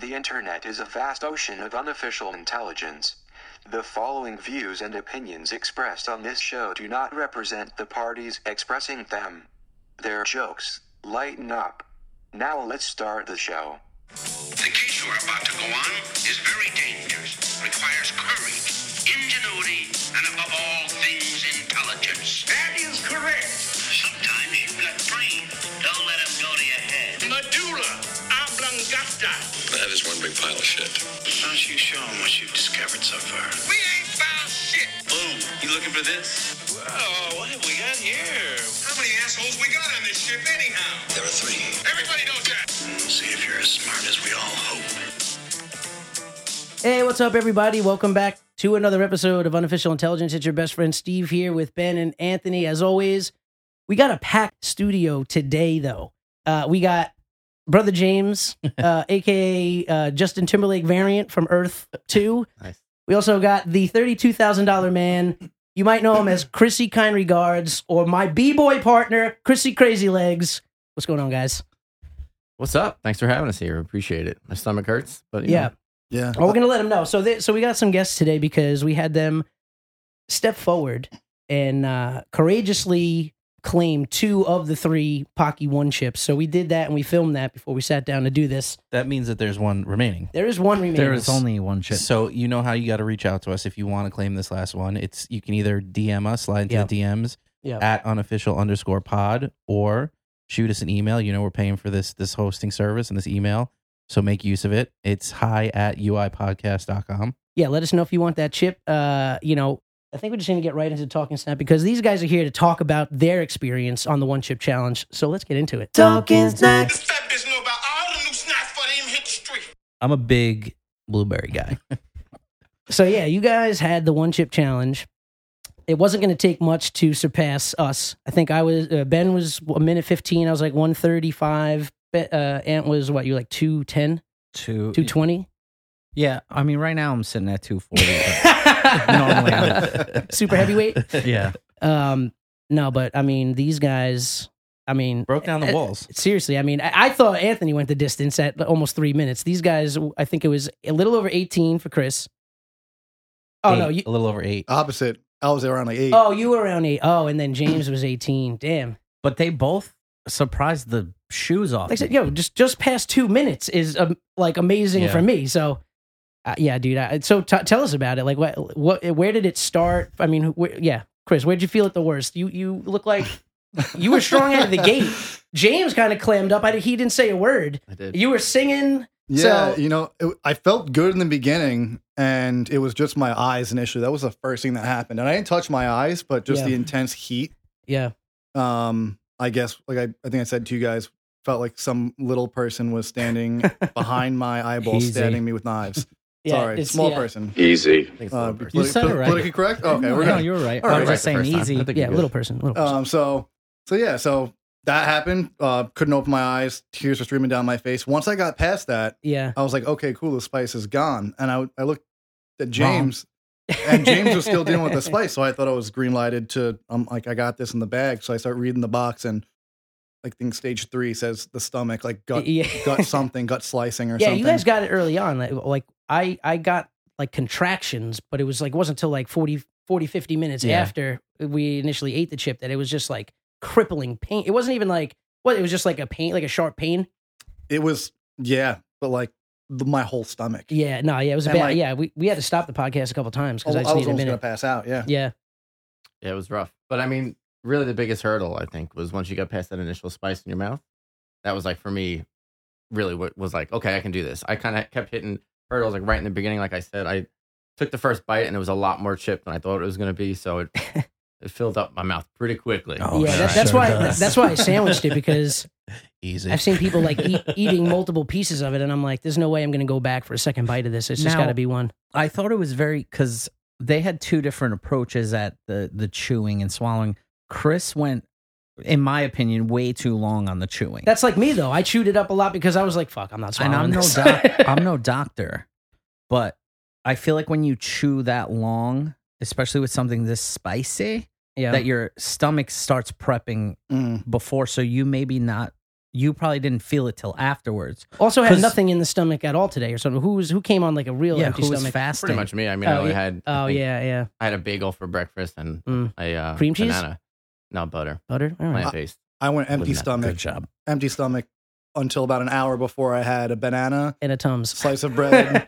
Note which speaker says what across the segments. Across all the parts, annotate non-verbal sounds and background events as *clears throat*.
Speaker 1: The internet is a vast ocean of unofficial intelligence. The following views and opinions expressed on this show do not represent the parties expressing them. They're jokes. Lighten up. Now let's start the show.
Speaker 2: The case you are about to go on is very dangerous, requires courage, ingenuity, and above all things, intelligence. That is correct. Sometimes you've got brains. Don't let them go to your head. Medulla oblongata.
Speaker 3: That is one big pile of shit.
Speaker 2: Why don't you show them what you've discovered so far? We ain't found shit.
Speaker 3: Boom. You looking for this? Whoa, what have we got here?
Speaker 2: How many assholes we got on this ship anyhow?
Speaker 3: There are three.
Speaker 2: Everybody knows that. See if you're as smart as we all hope.
Speaker 4: Hey, what's up, everybody? Welcome back to another episode of Unofficial Intelligence. It's your best friend Steve here with Ben and Anthony. As always, we got a packed studio today, though. Uh, we got Brother James, uh, aka uh, Justin Timberlake variant from Earth 2.
Speaker 5: Nice.
Speaker 4: We also got the $32,000 man. You might know him as Chrissy Kind Regards or my B boy partner, Chrissy Crazy Legs. What's going on, guys?
Speaker 5: What's up? Thanks for having us here. Appreciate it. My stomach hurts, but you
Speaker 4: Yeah.
Speaker 5: know.
Speaker 6: Yeah.
Speaker 4: Oh, we're gonna let them know. So, they, so we got some guests today because we had them step forward and uh, courageously claim two of the three Pocky One chips. So we did that and we filmed that before we sat down to do this.
Speaker 7: that means that there's one remaining.
Speaker 4: There is one remaining.
Speaker 7: There is only-
Speaker 5: one chip.
Speaker 7: So you know how you got to reach out to us if you want to claim this last one. It's you can either DM us, slide into
Speaker 4: Yep.
Speaker 7: the DMs
Speaker 4: Yep.
Speaker 7: at unofficial underscore pod, or shoot us an email. You know we're paying for this this hosting service and this email, so make use of it. It's hi at uipodcast.com.
Speaker 4: yeah. Let us know if you want that chip. Uh, you know, I think we're just gonna get right into talking snap because these guys are here to talk about their experience on the one chip challenge. So let's get into it. Talking snap.
Speaker 2: This fat bitch know about all the new snacks before they even hit the street.
Speaker 7: I'm a big blueberry *laughs* guy.
Speaker 4: So yeah, you guys had the one chip challenge. It wasn't going to take much to surpass us. I think I was uh, Ben was a minute fifteen. I was like one thirty five. Uh, Ant was what you were like 210,
Speaker 5: two.
Speaker 4: 220?
Speaker 5: Yeah, I mean, right now I'm sitting at two
Speaker 7: *laughs*
Speaker 5: forty. *laughs* normally, I'm-
Speaker 4: super heavyweight.
Speaker 5: *laughs* yeah,
Speaker 4: Um, no, but I mean these guys. I mean,
Speaker 7: Broke down the
Speaker 4: uh,
Speaker 7: walls.
Speaker 4: Seriously, I mean, I, I thought Anthony went the distance at almost three minutes. These guys, I think it was a little over eighteen for Chris. Oh no,
Speaker 7: Eight,
Speaker 4: you,
Speaker 7: a little over eight.
Speaker 6: Opposite. I was around like eight.
Speaker 4: Oh, you were around eight. Oh, and then James was eighteen. Damn.
Speaker 5: but they both surprised the shoes off.
Speaker 4: Like I said,
Speaker 5: me.
Speaker 4: yo, just just past two minutes is um, like amazing
Speaker 5: Yeah.
Speaker 4: for me. So, uh, yeah, dude. I, so t- tell us about it. Like, what, what, where did it start? I mean, wh- yeah, Chris, where'd you feel it the worst? You you look
Speaker 5: *laughs*
Speaker 4: like you were strong out of the gate. James kind of clammed up. I did, he didn't say a word.
Speaker 5: I did.
Speaker 4: You were singing.
Speaker 6: *laughs* yeah.
Speaker 4: so-
Speaker 6: you know, it, I felt good in the beginning, and it was just my eyes initially. That was the first thing that happened, and I didn't touch my eyes, but just
Speaker 4: Yeah.
Speaker 6: the intense heat.
Speaker 4: Yeah,
Speaker 6: Um, I guess, like I, I think I said to you guys, felt like some little person was
Speaker 4: *laughs*
Speaker 6: standing behind my eyeball,
Speaker 5: Easy.
Speaker 6: stabbing me with knives.
Speaker 4: yeah.
Speaker 6: Sorry,
Speaker 4: it's-
Speaker 6: small
Speaker 4: yeah.
Speaker 6: person.
Speaker 3: Easy.
Speaker 5: I think it's a
Speaker 6: Uh,
Speaker 5: little
Speaker 6: politi-
Speaker 5: person.
Speaker 6: po- Politically correct. Okay, we're
Speaker 5: no,
Speaker 6: good.
Speaker 5: you were right.
Speaker 6: All
Speaker 5: I
Speaker 6: right.
Speaker 5: was just saying
Speaker 7: Right the first
Speaker 5: easy.
Speaker 7: time. I think
Speaker 4: Yeah,
Speaker 7: you're good.
Speaker 4: little person. Little person.
Speaker 6: Um, so, so yeah, so that happened. Uh, couldn't open my eyes. Tears were streaming down my face. Once I got past that,
Speaker 4: yeah.
Speaker 6: I was like, okay, cool, the spice is gone. And I, I looked at James, and James was still dealing with
Speaker 4: *laughs*
Speaker 6: the spice. So I thought I was green lighted to, um, like, I got this in the bag. So I start reading the box, and I think stage three says the stomach, like gut,
Speaker 4: *laughs* yeah.
Speaker 6: gut something, gut slicing or
Speaker 4: yeah,
Speaker 6: something.
Speaker 4: you guys got it early on. Like, like I, I got like contractions, but it was like it wasn't until like 40, 40 50 minutes
Speaker 7: Yeah.
Speaker 4: after we initially ate the chip that it was just like crippling pain. It wasn't even like what it was just like a pain, like a sharp pain.
Speaker 6: it was, yeah, but like the, my whole stomach.
Speaker 4: Yeah, no, yeah, it was a
Speaker 6: And,
Speaker 4: bad.
Speaker 6: like- Oh,
Speaker 4: yeah, we, we had to stop the podcast a couple times
Speaker 6: I,
Speaker 4: because I
Speaker 6: was almost
Speaker 4: just needed a
Speaker 6: going to
Speaker 4: minute.
Speaker 6: pass out. Yeah.
Speaker 4: Yeah,
Speaker 8: Yeah, it was rough. But I mean, really the biggest hurdle I think was once you got past that initial spice in your mouth. That was like for me really what was like, okay, I can do this. I kind of kept hitting hurdles like right in the beginning like I said I took the first bite and it was a lot more chip than I thought it was going to be,
Speaker 4: *laughs*
Speaker 8: so it it filled up my mouth pretty quickly.
Speaker 7: Oh,
Speaker 4: yeah.
Speaker 7: sure.
Speaker 4: That, that's
Speaker 7: Sure
Speaker 4: why
Speaker 7: does.
Speaker 4: that's why I sandwiched it because
Speaker 7: Easy.
Speaker 4: I've seen people like *laughs* eat, eating multiple pieces of it, and I'm like, there's no way I'm going to go back for a second bite of this. It's just
Speaker 5: Now-
Speaker 4: got to be one.
Speaker 5: I thought it was very because they had two different approaches at the the chewing and swallowing. Chris went, in my opinion, way too long on the chewing.
Speaker 4: That's like me though. I chewed it up a lot because I was like, fuck, I'm not
Speaker 5: and
Speaker 4: swallowing.
Speaker 5: I'm no
Speaker 4: this. *laughs*
Speaker 5: doc- I'm no doctor, but I feel like when you chew that long, especially with something this spicy,
Speaker 4: yeah.
Speaker 5: that your stomach starts prepping
Speaker 6: Mm.
Speaker 5: before, so you maybe not you probably didn't feel it till afterwards.
Speaker 4: Also had
Speaker 5: 'Cause-
Speaker 4: nothing in the stomach at all today or something. Who was who came on like a real
Speaker 5: yeah,
Speaker 4: empty
Speaker 5: who was
Speaker 4: stomach?
Speaker 5: fasting?
Speaker 8: Pretty much me. I mean, I
Speaker 4: Oh,
Speaker 8: only
Speaker 4: yeah.
Speaker 8: had. I
Speaker 4: Oh
Speaker 8: think
Speaker 4: yeah, yeah.
Speaker 8: I had a bagel for breakfast and
Speaker 4: Mm.
Speaker 8: a uh,
Speaker 4: Cream cheese?
Speaker 8: banana. No butter,
Speaker 4: Butter. All right.
Speaker 8: plant based.
Speaker 6: I went empty
Speaker 8: Wouldn't that-
Speaker 6: stomach,
Speaker 5: Good job.
Speaker 6: empty stomach until about an hour before I had a
Speaker 5: *laughs*
Speaker 6: banana,
Speaker 4: And a tums.
Speaker 6: slice of bread,
Speaker 8: There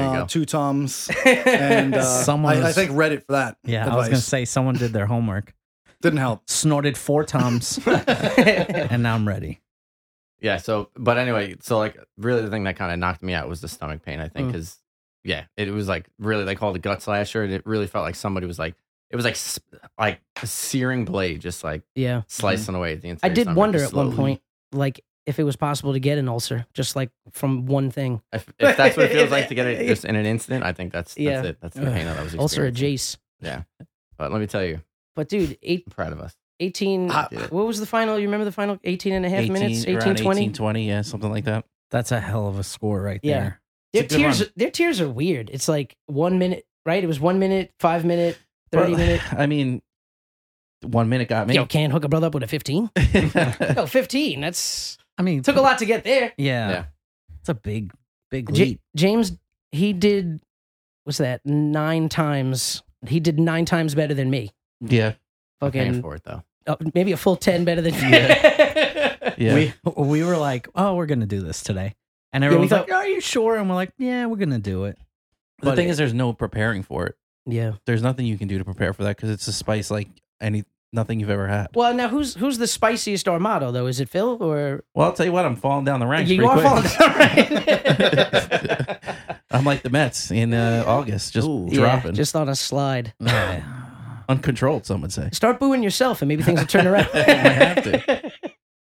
Speaker 4: Oh,
Speaker 6: uh,
Speaker 8: go.
Speaker 6: two tums, and uh,
Speaker 5: Someone
Speaker 6: I, I
Speaker 5: was-
Speaker 6: thank Reddit for that.
Speaker 5: Yeah, I
Speaker 6: advice.
Speaker 5: was gonna say someone did their homework,
Speaker 6: didn't help.
Speaker 5: snorted four
Speaker 4: *laughs*
Speaker 5: times, *laughs* and now I'm ready.
Speaker 8: Yeah. So, but anyway, so like really the thing that kind of knocked me out was the stomach pain, I think,
Speaker 4: Mm.
Speaker 8: because yeah, it was like really they called it gut slasher. And it really felt like somebody was like, it was like, s- like a searing blade, just like
Speaker 4: Yeah.
Speaker 8: slicing away at the
Speaker 4: Mm-hmm. I
Speaker 8: entire
Speaker 4: did
Speaker 8: stomach,
Speaker 4: wonder
Speaker 8: just
Speaker 4: at one
Speaker 8: slowly.
Speaker 4: point, like if it was possible to get an ulcer, just like from one thing.
Speaker 8: If, if that's what it feels like to get
Speaker 4: *laughs*
Speaker 8: it just in an instant, I think that's, that's
Speaker 4: Yeah.
Speaker 8: it. That's the pain that I was
Speaker 4: Ulcer at
Speaker 8: experiencing.
Speaker 4: Jace.
Speaker 8: But let me tell you,
Speaker 4: But dude, eight,
Speaker 8: I'm proud of us.
Speaker 4: 18
Speaker 8: I did it. *laughs*
Speaker 4: what was the final? You remember the final 18 and a half
Speaker 7: 18,
Speaker 4: minutes?
Speaker 7: Ah. around
Speaker 4: 18 20?
Speaker 7: 18, 20, yeah, something like that.
Speaker 5: That's a hell of a score right
Speaker 4: Yeah.
Speaker 5: there.
Speaker 4: Their
Speaker 7: It's a good
Speaker 4: tears
Speaker 7: run.
Speaker 4: their tears are weird. It's like 1 minute, right? It was 1 minute, 5 minute, 30
Speaker 7: Well,
Speaker 4: minute.
Speaker 7: *laughs* I mean, one minute got me.
Speaker 4: Yo, can't hook a brother up with a
Speaker 7: *laughs*
Speaker 4: 15? No, 15. That's
Speaker 5: I mean,
Speaker 4: took a lot to get there.
Speaker 5: Yeah,
Speaker 8: Yeah.
Speaker 5: it's a big, big
Speaker 4: J-
Speaker 5: leap. *laughs*
Speaker 4: James, he did, what's that, nine times. He did nine times better than me.
Speaker 7: yeah,
Speaker 8: I'm paying
Speaker 4: Fucking,
Speaker 8: for it though.
Speaker 4: uh, maybe a full 10 better than you. *laughs*
Speaker 7: yeah.
Speaker 5: We we were like, oh, we're gonna do this today, and
Speaker 4: we
Speaker 5: everyone's
Speaker 4: thought-
Speaker 5: like, are you sure? And we're like, yeah, we're gonna do it.
Speaker 7: the thing is, there's no preparing for it.
Speaker 4: yeah.
Speaker 7: There's nothing you can do to prepare for that because it's a spice like any nothing you've ever had.
Speaker 4: Well, now who's who's the spiciest Armado, though? Is it Phil or.
Speaker 7: Well, I'll tell you what, I'm falling down the ranks.
Speaker 4: you
Speaker 7: pretty
Speaker 4: are
Speaker 7: quick.
Speaker 4: falling *laughs* down,
Speaker 7: *laughs*
Speaker 4: right?
Speaker 7: I'm like the Mets in uh, August, just
Speaker 5: Ooh.
Speaker 7: dropping,
Speaker 4: Yeah, just on a slide.
Speaker 7: uncontrolled. Some would say.
Speaker 4: Start booing yourself and maybe things will
Speaker 7: *laughs*
Speaker 4: turn around.
Speaker 7: I have to.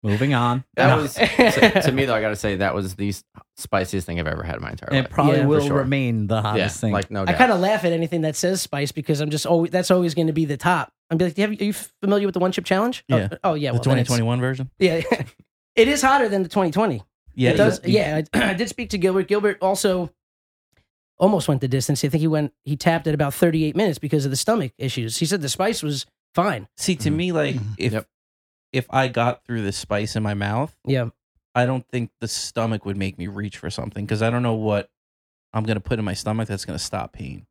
Speaker 5: Moving on.
Speaker 8: *laughs* That
Speaker 5: No.
Speaker 8: was to, to me though. I gotta say that was the spiciest thing I've ever had in my entire
Speaker 5: *laughs* it
Speaker 8: life.
Speaker 5: probably
Speaker 4: Yeah, for
Speaker 5: will
Speaker 8: sure.
Speaker 5: remain the
Speaker 8: yeah,
Speaker 5: hottest thing.
Speaker 8: like
Speaker 4: *laughs*
Speaker 8: no.
Speaker 4: I
Speaker 8: doubt.
Speaker 4: kind of laugh at anything that says spice because I'm just always that's always going to be the top. I'm be like, "Have you- are you familiar with the one chip challenge?
Speaker 7: Yeah.
Speaker 4: Oh, oh yeah,
Speaker 7: the
Speaker 4: well, then it's-
Speaker 7: 2021 version.
Speaker 4: Yeah, *laughs* it is hotter than the 2020.
Speaker 7: Yeah,
Speaker 4: it does. yeah, I, *clears throat* I did speak to Gilbert. Gilbert also almost went the distance. I think he went he tapped at about 38 minutes because of the stomach issues. He said the spice was fine.
Speaker 7: See, to me, like
Speaker 4: Mm-hmm.
Speaker 7: if
Speaker 8: Yep.
Speaker 7: if I got through the spice in my mouth,
Speaker 4: Yeah,
Speaker 7: I don't think the stomach would make me reach for something because I don't know what I'm gonna put in my stomach that's gonna stop pain,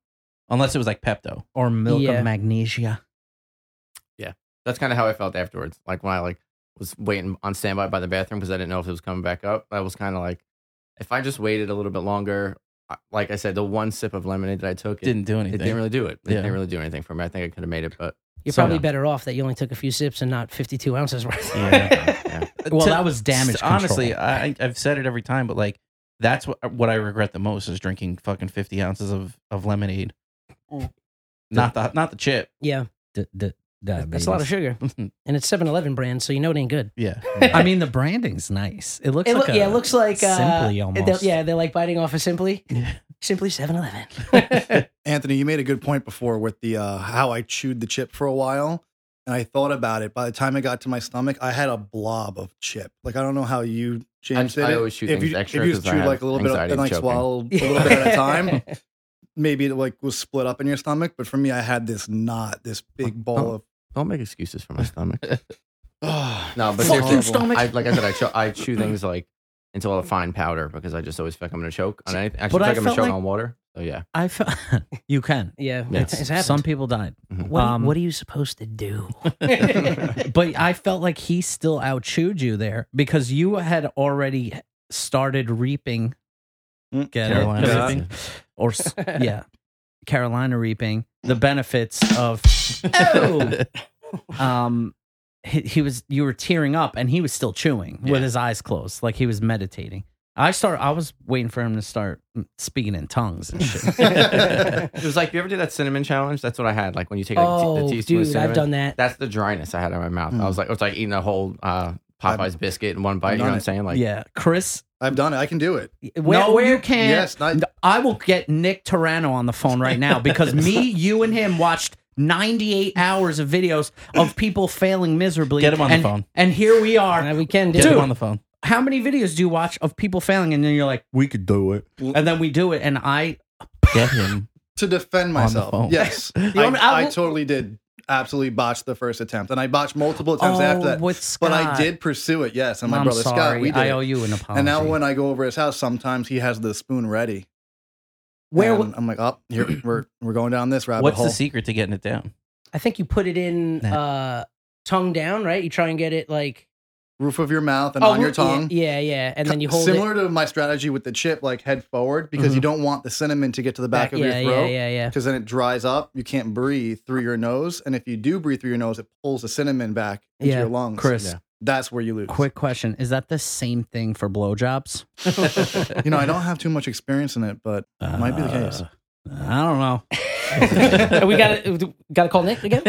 Speaker 7: unless it was like Pepto.
Speaker 5: or milk
Speaker 4: Yeah.
Speaker 5: of magnesia.
Speaker 8: that's kind of how I felt afterwards. Like when I like was waiting on standby by the bathroom because I didn't know if it was coming back up. I was kind of like, if I just waited a little bit longer, I- like I said, the one sip of lemonade that I took it,
Speaker 7: Didn't do
Speaker 8: It
Speaker 7: anything.
Speaker 8: didn't really do it. It
Speaker 7: Yeah.
Speaker 8: didn't really do anything for me. I think I could have made it, but
Speaker 4: you're
Speaker 8: So-
Speaker 4: probably better off that you only took a few sips and not 52 ounces worth.
Speaker 7: Yeah.
Speaker 8: yeah.
Speaker 5: Well,
Speaker 7: Uh, To-
Speaker 5: that was damage.
Speaker 7: S- Honestly, I, I- I've said it every time, but like that's what what I regret the most is drinking fucking fifty ounces of of lemonade. Not the not the chip.
Speaker 4: *laughs* yeah,
Speaker 5: D- d-
Speaker 4: that's a lot of
Speaker 5: diabetes.
Speaker 4: sugar, *laughs* and it's 7-Eleven brand, so you know it ain't good.
Speaker 7: yeah,
Speaker 5: I mean, the branding's nice. It looks
Speaker 4: It
Speaker 5: like
Speaker 4: loo-
Speaker 5: a,
Speaker 4: yeah, it looks like uh,
Speaker 5: Simply
Speaker 4: it-
Speaker 5: almost.
Speaker 4: they're- yeah, they're like biting off a simply,
Speaker 7: Yeah.
Speaker 4: simply Seven
Speaker 5: *laughs*
Speaker 4: Eleven. *laughs*
Speaker 6: Anthony, you made a good point before with the uh, how I chewed the chip for a while, and I thought about it. By the time it got to my stomach, I had a blob of chip. Like I don't know how you James
Speaker 8: I-
Speaker 6: did
Speaker 8: I
Speaker 6: it.
Speaker 8: always chew
Speaker 6: if
Speaker 8: things
Speaker 6: you,
Speaker 8: extra
Speaker 6: If you just
Speaker 8: 'cause I
Speaker 6: chewed
Speaker 8: have
Speaker 6: like a little bit
Speaker 8: anxiety
Speaker 6: and like
Speaker 8: choking.
Speaker 6: swallowed a little bit at a time, maybe it like was split up in your stomach. But for me, I had this knot, this big ball
Speaker 8: Oh.
Speaker 6: of.
Speaker 8: don't make excuses for my stomach.
Speaker 6: Oh,
Speaker 8: No, but
Speaker 6: Fucking
Speaker 8: seriously,
Speaker 6: stomach.
Speaker 8: I, like I said, I chew, I chew things like until a fine powder because I just always feel like I'm gonna choke on anything. Actually,
Speaker 5: But
Speaker 8: feel
Speaker 5: I
Speaker 8: like I'm gonna
Speaker 5: felt
Speaker 8: choke
Speaker 5: like-
Speaker 8: on water. So yeah,
Speaker 5: I felt *laughs* you can.
Speaker 4: yeah,
Speaker 8: Yeah.
Speaker 4: it's, it's happened.
Speaker 5: Some people died,
Speaker 4: what,
Speaker 5: um,
Speaker 4: what are you supposed to
Speaker 5: *laughs*
Speaker 4: do? *laughs*
Speaker 5: but I felt like he still out chewed you there because you had already started reaping.
Speaker 6: Mm,
Speaker 5: Get it?
Speaker 7: Carolina
Speaker 5: Yeah.
Speaker 7: reaping.
Speaker 5: or s- yeah, Carolina reaping the benefits of.
Speaker 4: Oh!
Speaker 5: *laughs* um, he, he was you were tearing up and he was still chewing
Speaker 8: Yeah.
Speaker 5: with his eyes closed, like he was meditating. I start. I was waiting for him to start mm, speaking in tongues
Speaker 6: *laughs*
Speaker 5: and shit.
Speaker 8: it was like you ever do that cinnamon challenge? That's what I had. Like when you take like, te-
Speaker 4: oh,
Speaker 8: the teaspoon of
Speaker 4: dude,
Speaker 8: cinnamon.
Speaker 4: I've done Mm. that.
Speaker 8: That's the dryness I had in my mouth. I was like, it was like eating a whole uh, Popeye's biscuit in one bite. You know
Speaker 6: Done
Speaker 8: what I'm
Speaker 6: it.
Speaker 8: saying? Like,
Speaker 5: yeah, Chris.
Speaker 6: I've done it. I can do it.
Speaker 5: Where, no,
Speaker 4: where-
Speaker 5: you can't.
Speaker 6: Yes, not-
Speaker 5: I will get Nick Tarano on the phone right now because
Speaker 6: *laughs*
Speaker 5: me, you, and him watched 98 hours of videos of people failing miserably.
Speaker 7: Get him on the
Speaker 5: and-
Speaker 7: phone.
Speaker 5: And here we are.
Speaker 4: Uh, we can do.
Speaker 7: *laughs* Get
Speaker 5: Dude.
Speaker 7: him on the phone.
Speaker 5: How many videos do you watch of people failing? And then you're like, we could do it. And then we do it. And I
Speaker 7: Get him.
Speaker 6: to defend
Speaker 7: the
Speaker 6: myself.
Speaker 7: phone.
Speaker 6: Yes,
Speaker 4: want me- I
Speaker 6: I, I
Speaker 4: will-
Speaker 6: totally did. absolutely botched the first attempt, and I botched multiple attempts
Speaker 5: oh,
Speaker 6: after that.
Speaker 5: With
Speaker 6: But I
Speaker 5: Scott.
Speaker 6: did pursue it, yes. And my
Speaker 5: I'm
Speaker 6: brother
Speaker 5: sorry.
Speaker 6: Scott, we did.
Speaker 5: I owe
Speaker 6: it.
Speaker 5: you an apology.
Speaker 6: and now when I go over his house, sometimes he has the spoon ready.
Speaker 4: Where
Speaker 6: And I'm like, oh, here we're we're going down this rabbit
Speaker 7: What's
Speaker 6: hole.
Speaker 7: the secret to getting it down?
Speaker 4: I think you put it in
Speaker 7: Nah.
Speaker 4: uh, tongue down, right? You try and get it like
Speaker 6: Roof of your mouth and
Speaker 4: Oh,
Speaker 6: on your
Speaker 4: yeah,
Speaker 6: tongue.
Speaker 4: Yeah, yeah, and then you hold
Speaker 6: Similar
Speaker 4: it
Speaker 6: to my strategy with the chip, like head forward, because you don't want the cinnamon to get to the back, of
Speaker 4: yeah,
Speaker 6: your throat.
Speaker 4: yeah, yeah, yeah.
Speaker 6: Because then it dries up. You can't breathe through your nose. And if you do breathe through your nose, it pulls the cinnamon back into
Speaker 4: Yeah.
Speaker 6: your lungs.
Speaker 5: Chris,
Speaker 8: Yeah.
Speaker 6: That's where you lose.
Speaker 5: quick question: Is that the same thing for blowjobs?
Speaker 6: You know, I don't have too much experience in it, but it might be the case.
Speaker 5: Uh, I don't
Speaker 6: *laughs*
Speaker 4: *laughs*
Speaker 5: know.
Speaker 4: we got to got to call Nick again.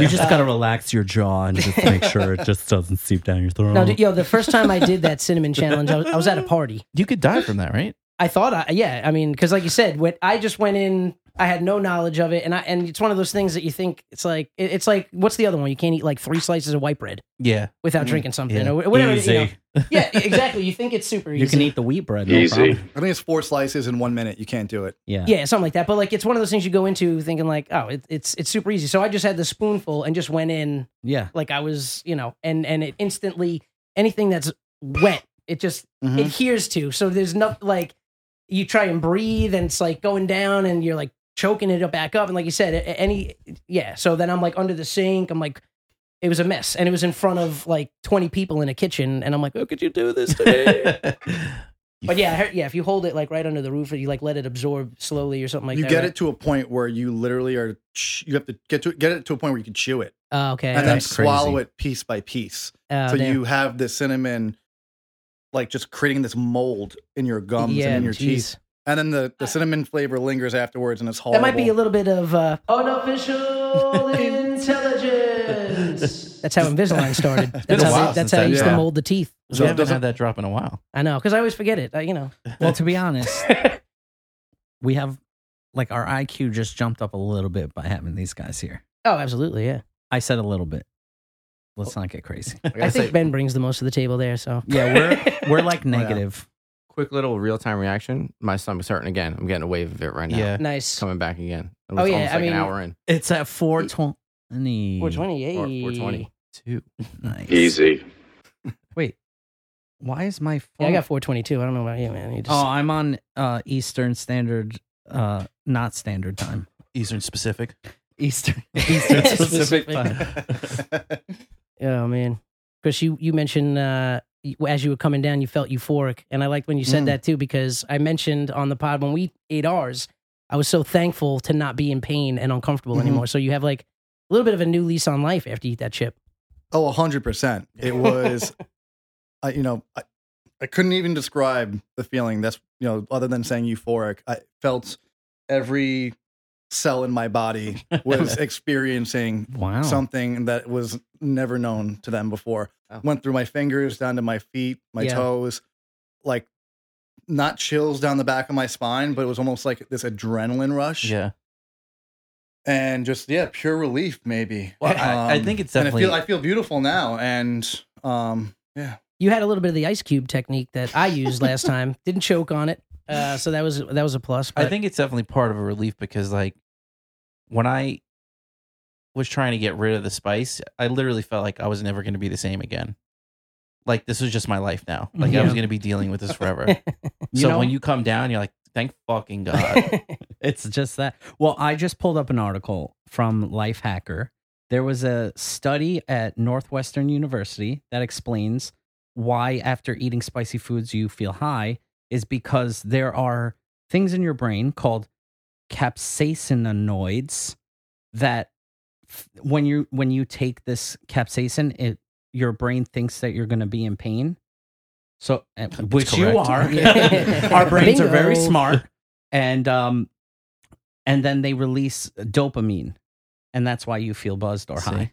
Speaker 5: You just gotta relax your jaw and just make sure it just doesn't seep down your throat.
Speaker 4: no, dude, yo, the first time I did that cinnamon challenge, I was, I was at a party.
Speaker 7: You could die from that, right? *laughs*
Speaker 4: I thought, I, yeah, I mean, because like you said, when I just went in, I had no knowledge of it, and I and it's one of those things that you think it's like it- it's like what's the other one? You can't eat like three slices of white bread
Speaker 7: Yeah.
Speaker 4: without
Speaker 6: Mm,
Speaker 4: drinking something
Speaker 7: yeah.
Speaker 4: or wh- whatever. you
Speaker 5: Easy.
Speaker 4: know. Yeah, e, exactly. You think it's super easy.
Speaker 5: you can eat the wheat bread. No
Speaker 3: Easy.
Speaker 5: problem.
Speaker 6: I think it's four slices in one minute. You can't do it.
Speaker 5: Yeah.
Speaker 4: yeah, something like that. But like, it's one of those things you go into thinking like, oh, it, it's it's super easy. So I just had the spoonful and just went in
Speaker 5: Yeah.
Speaker 4: like I was, you know, and and it instantly anything that's wet, it just
Speaker 6: Mhm.
Speaker 5: Mm-hmm.
Speaker 4: adheres to. So there's no like you try and breathe and it's like going down and you're like choking it up back up and like you said, a- a- any yeah. So then I'm like under the sink. I'm like. It was a mess, and it was in front of like twenty people in a kitchen, and I'm like, "How could you do this to me?" but yeah, I heard- yeah, if you hold it like right under the roof, or you like let it absorb slowly or something like
Speaker 6: you
Speaker 4: that.
Speaker 6: get it to a point where you literally are. ch- You have to get to get it to a point where you can chew it
Speaker 4: Oh, okay.
Speaker 6: and then
Speaker 5: That's
Speaker 6: swallow
Speaker 5: crazy.
Speaker 6: it piece by piece.
Speaker 4: Oh,
Speaker 6: so
Speaker 4: damn.
Speaker 6: you have the cinnamon, like just creating this mold in your gums and in your teeth,
Speaker 4: geez.
Speaker 6: and then the, the cinnamon flavor lingers afterwards, and it's horrible.
Speaker 4: That might be a little bit of uh, *laughs* unofficial intelligence. That's how
Speaker 6: *laughs*
Speaker 4: Invisalign started.
Speaker 7: been
Speaker 4: That's
Speaker 7: a
Speaker 4: how,
Speaker 7: while
Speaker 4: they, that's
Speaker 7: since
Speaker 4: how I
Speaker 7: I-
Speaker 4: used to
Speaker 6: yeah.
Speaker 4: mold the teeth.
Speaker 7: we
Speaker 6: So it
Speaker 7: haven't
Speaker 6: doesn't-
Speaker 7: had that drop in a while.
Speaker 4: I know, because I always forget it. I, you know,
Speaker 5: Well, to be *laughs* honest, we have like our IQ just jumped up a little bit by having these guys here.
Speaker 4: oh, absolutely, yeah.
Speaker 5: I said a little bit. Let's not get crazy.
Speaker 8: I gotta
Speaker 4: I think
Speaker 8: say,
Speaker 4: Ben brings the most to the table there. So
Speaker 5: *laughs* Yeah, we're we're *laughs* like negative.
Speaker 8: quick little real time reaction. My stomach's hurting again. I'm getting a wave of it right now.
Speaker 7: Yeah.
Speaker 8: It's
Speaker 4: nice.
Speaker 8: coming back again. It
Speaker 4: Oh,
Speaker 8: was
Speaker 4: yeah,
Speaker 8: almost
Speaker 4: I
Speaker 8: like
Speaker 4: mean-
Speaker 8: an hour in.
Speaker 5: It's at four twenty.
Speaker 4: Four twenty,
Speaker 8: Or
Speaker 4: yay.
Speaker 8: 420. Two.
Speaker 5: Nice.
Speaker 3: Easy.
Speaker 5: Wait, why is my phone?
Speaker 4: Yeah, I got four twenty two. I don't know about you, man. You just, *laughs*
Speaker 5: oh, I'm on uh, Eastern Standard, uh, not Standard Time.
Speaker 7: Eastern specific. *laughs*
Speaker 5: Eastern Eastern Specific
Speaker 4: Specific.
Speaker 5: Time.
Speaker 6: *laughs*
Speaker 4: oh man, Chris, you you mentioned uh, you- as you were coming down, you felt euphoric, and I liked when you said
Speaker 6: Mm.
Speaker 4: that too because I mentioned on the pod when we ate ours, I was so thankful to not be in pain and uncomfortable
Speaker 5: Mm-hmm.
Speaker 6: Mhm.
Speaker 4: anymore. So you have like a little bit of a new lease on life after you eat that chip.
Speaker 6: oh, hundred percent. It was, *laughs* I, you know, I, I couldn't even describe the feeling. That's you know, other than saying euphoric, I felt every cell in my body was experiencing
Speaker 5: Wow.
Speaker 6: something that was never known to them before.
Speaker 8: Oh.
Speaker 6: Went through my fingers, down to my feet, my
Speaker 4: Yeah.
Speaker 6: toes, like not chills down the back of my spine, but it was almost like this adrenaline rush
Speaker 7: Yeah.
Speaker 6: and just yeah, pure relief maybe. Um,
Speaker 7: Well, I- I think it's definitely-
Speaker 6: And I feel I feel beautiful now, and um, yeah,
Speaker 4: You had a little bit of the ice cube technique that I
Speaker 5: *laughs*
Speaker 4: used last time. Didn't choke on it, uh, so that was that was a plus.
Speaker 7: I
Speaker 4: but-
Speaker 7: think it's definitely part of a relief because, like, when I was trying to get rid of the spice, I literally felt like I was never going to be the same again. Like, this was just my life now. Like, I
Speaker 4: Yeah.
Speaker 7: was going to be dealing with this forever.
Speaker 5: *laughs* You
Speaker 7: so
Speaker 5: know-
Speaker 7: when you come down, you're like, thank
Speaker 5: *laughs*
Speaker 7: fucking God.
Speaker 5: It's just that. Well, I just pulled up an article from Lifehacker. There was a study at Northwestern University that explains why, after eating spicy foods, you feel high is because there are things in your brain called capsaicinoids that f- when you when you take this capsaicin it your brain thinks that you're going to be in pain so uh, which you
Speaker 7: correct.
Speaker 5: are *laughs* our brains are very
Speaker 4: Bingo.
Speaker 5: smart and um and then they release dopamine and that's why you feel buzzed or *laughs*
Speaker 7: See? *laughs*
Speaker 5: high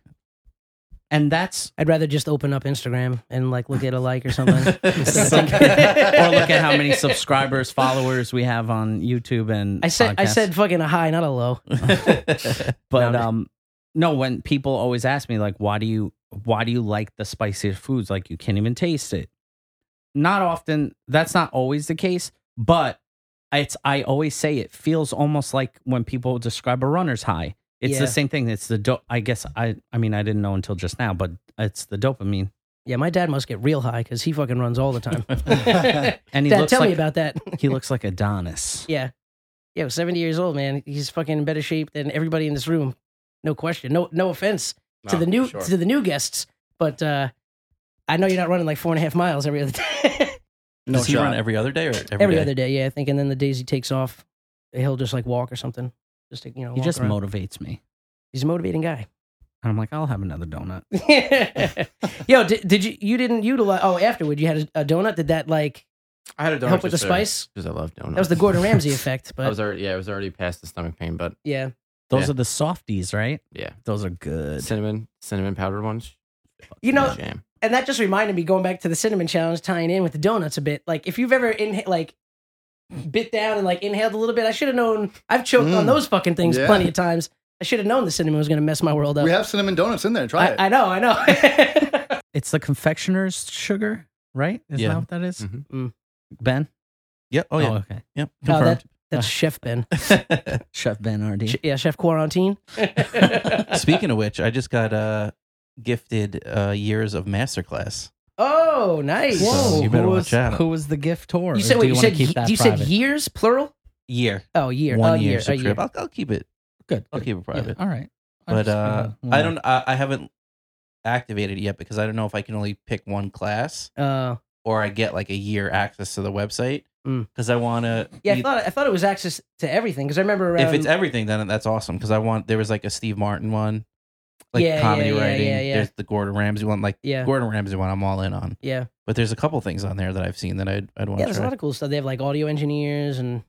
Speaker 5: and that's
Speaker 4: I'd rather just open up Instagram and like look at a like or
Speaker 5: *laughs*
Speaker 4: something. *laughs*
Speaker 5: or look at how many subscribers followers we have on youtube and
Speaker 4: I said I
Speaker 5: podcasts.
Speaker 4: said fucking a high, not a low.
Speaker 5: but
Speaker 4: No,
Speaker 5: um no when people always ask me like why do you why do you like the spicier foods like you can't even taste it not often that's not always the case but it's i always say it feels almost like when people describe a runner's high It's
Speaker 4: Yeah.
Speaker 5: the same thing. It's the do- I guess I I mean I didn't know until just now, but it's the
Speaker 4: *laughs*
Speaker 5: dopamine.
Speaker 4: Yeah, my dad must get real high because he fucking runs all the
Speaker 8: *laughs*
Speaker 4: time.
Speaker 5: And he
Speaker 4: dad,
Speaker 5: looks
Speaker 4: tell
Speaker 5: like
Speaker 4: me about that.
Speaker 5: he looks like Adonis.
Speaker 4: Yeah. Yeah, 70 years old, man. He's fucking in better shape than everybody in this room. No question. No no offense to
Speaker 8: No,
Speaker 4: the new
Speaker 8: Oh, sure.
Speaker 4: to the new guests, but uh I know you're not running like four and a half miles every other *laughs* day.
Speaker 6: No
Speaker 7: Does he
Speaker 6: shot.
Speaker 7: run every other day or every,
Speaker 4: every
Speaker 7: day?
Speaker 4: other day, yeah, I think. And then the days he takes off, he'll just like walk or something. Just to, you know,
Speaker 5: He
Speaker 4: walk
Speaker 5: just
Speaker 4: around.
Speaker 5: motivates me.
Speaker 4: He's a motivating guy. *laughs*
Speaker 5: And I'm like, I'll have another donut.
Speaker 4: Yo, did, did you you didn't utilize? Oh, afterward you had a, a donut. Did that like
Speaker 8: I had a donut
Speaker 4: help with the
Speaker 8: just there,
Speaker 4: spice?
Speaker 8: because I love donuts.
Speaker 4: That was the Gordon Ramsay effect,
Speaker 8: *laughs* I
Speaker 4: but
Speaker 8: was already yeah, I was already past the stomach pain, but
Speaker 4: yeah,
Speaker 5: Those
Speaker 8: Yeah.
Speaker 5: are the softies, right?
Speaker 8: yeah,
Speaker 5: Those are good.
Speaker 8: cinnamon cinnamon powdered ones.
Speaker 4: you know,
Speaker 8: jam.
Speaker 4: and that just reminded me going back to the cinnamon challenge tying in with the donuts a bit like if you've ever inha- like bit down and like inhaled a little bit i should have known i've choked
Speaker 6: Mm.
Speaker 4: on those fucking things
Speaker 6: Yeah.
Speaker 4: plenty of times i should have known the cinnamon was going to mess my world up
Speaker 6: We have cinnamon donuts in there. Try it.
Speaker 4: I, I know i know *laughs*
Speaker 5: It's the confectioner's sugar, right? Is
Speaker 7: Yeah.
Speaker 5: that what that is?
Speaker 8: Mhm.
Speaker 4: Mm.
Speaker 5: Ben?
Speaker 7: Yeah. Oh yeah.
Speaker 5: okay.
Speaker 7: Yep.
Speaker 4: Oh, that-
Speaker 7: Confirmed.
Speaker 4: that's chef ben
Speaker 5: Chef Ben RD.
Speaker 4: Ch- yeah chef quarantine
Speaker 7: *laughs* Speaking of which, I just got uh gifted uh years of masterclass.
Speaker 4: oh nice
Speaker 7: Whoa. you better
Speaker 5: who
Speaker 7: watch
Speaker 5: was,
Speaker 7: out.
Speaker 5: Who was the gift whore?
Speaker 4: you said
Speaker 5: Or
Speaker 4: wait,
Speaker 5: do
Speaker 4: you,
Speaker 5: wanna
Speaker 4: said
Speaker 5: keep
Speaker 4: ye-
Speaker 5: that
Speaker 4: you said
Speaker 5: private?
Speaker 4: year?s plural
Speaker 7: Year.
Speaker 4: oh year
Speaker 7: One
Speaker 4: oh,
Speaker 7: year.
Speaker 4: year,
Speaker 7: is the
Speaker 4: a year.
Speaker 7: trip. I'll, I'll keep it.
Speaker 5: Good.
Speaker 7: I'll
Speaker 5: good.
Speaker 7: keep it
Speaker 5: Yeah,
Speaker 7: private.
Speaker 5: all right. I
Speaker 7: but
Speaker 5: just-
Speaker 7: uh,
Speaker 5: wanna-
Speaker 7: I don't. I, I haven't activated it yet because I don't know if I can only pick one class
Speaker 4: uh,
Speaker 7: or I get like a year access to the website
Speaker 4: Mm.
Speaker 7: because I want to.
Speaker 4: yeah, um, I thought I thought it was access to everything because I remember around
Speaker 7: if it's everything, then that's awesome because I want. There was like a Steve Martin one, like
Speaker 4: Yeah, yeah,
Speaker 7: comedy
Speaker 4: yeah,
Speaker 7: writing.
Speaker 4: yeah, yeah.
Speaker 7: There's the Gordon Ramsay one, like
Speaker 4: yeah
Speaker 7: Gordon Ramsay one. I'm all in on.
Speaker 4: yeah
Speaker 7: But there's a couple things on there that I've seen that I'd I'd want
Speaker 4: Yeah,
Speaker 7: to
Speaker 4: there's a
Speaker 7: try.
Speaker 4: lot of cool stuff. They have like audio engineers and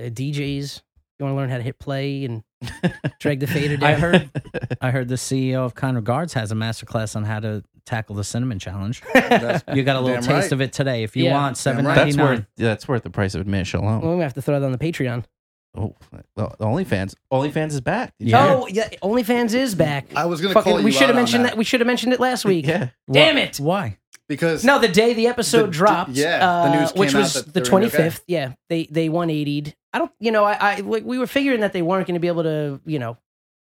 Speaker 4: uh, DJs. You want to learn how to hit play
Speaker 5: *laughs*
Speaker 4: and drag the fader down.
Speaker 5: I heard. I heard the CEO of Conor Guards has a masterclass on how to tackle the cinnamon challenge.
Speaker 6: That's-
Speaker 5: You *laughs* got a little
Speaker 6: Damn
Speaker 5: taste
Speaker 6: right.
Speaker 5: of it today. If you
Speaker 4: Yeah.
Speaker 5: want seven
Speaker 6: Damn right.
Speaker 5: ninety
Speaker 7: that's
Speaker 5: nine,
Speaker 7: worth that's worth the price of admission alone.
Speaker 4: Well, we have to throw that on the Patreon.
Speaker 7: Oh, the the OnlyFans. OnlyFans is back. Did you
Speaker 5: Yeah.
Speaker 7: hear?
Speaker 4: Oh, yeah, OnlyFans is back.
Speaker 6: I was going to
Speaker 4: Fucking-
Speaker 6: call you
Speaker 4: we should
Speaker 6: out
Speaker 4: have
Speaker 6: on
Speaker 4: mentioned that. We should have mentioned it last week.
Speaker 7: yeah.
Speaker 4: Damn it!
Speaker 5: Why?
Speaker 6: because
Speaker 4: No, the day the episode
Speaker 6: The-
Speaker 4: dropped.
Speaker 6: yeah, the news
Speaker 4: uh, which
Speaker 6: came out
Speaker 4: was
Speaker 6: that
Speaker 4: the
Speaker 6: they were
Speaker 4: 25th.
Speaker 6: gonna-
Speaker 4: Yeah, they they 180'd. I don't, you know, I, I like, we were figuring that they weren't going to be able to, you know,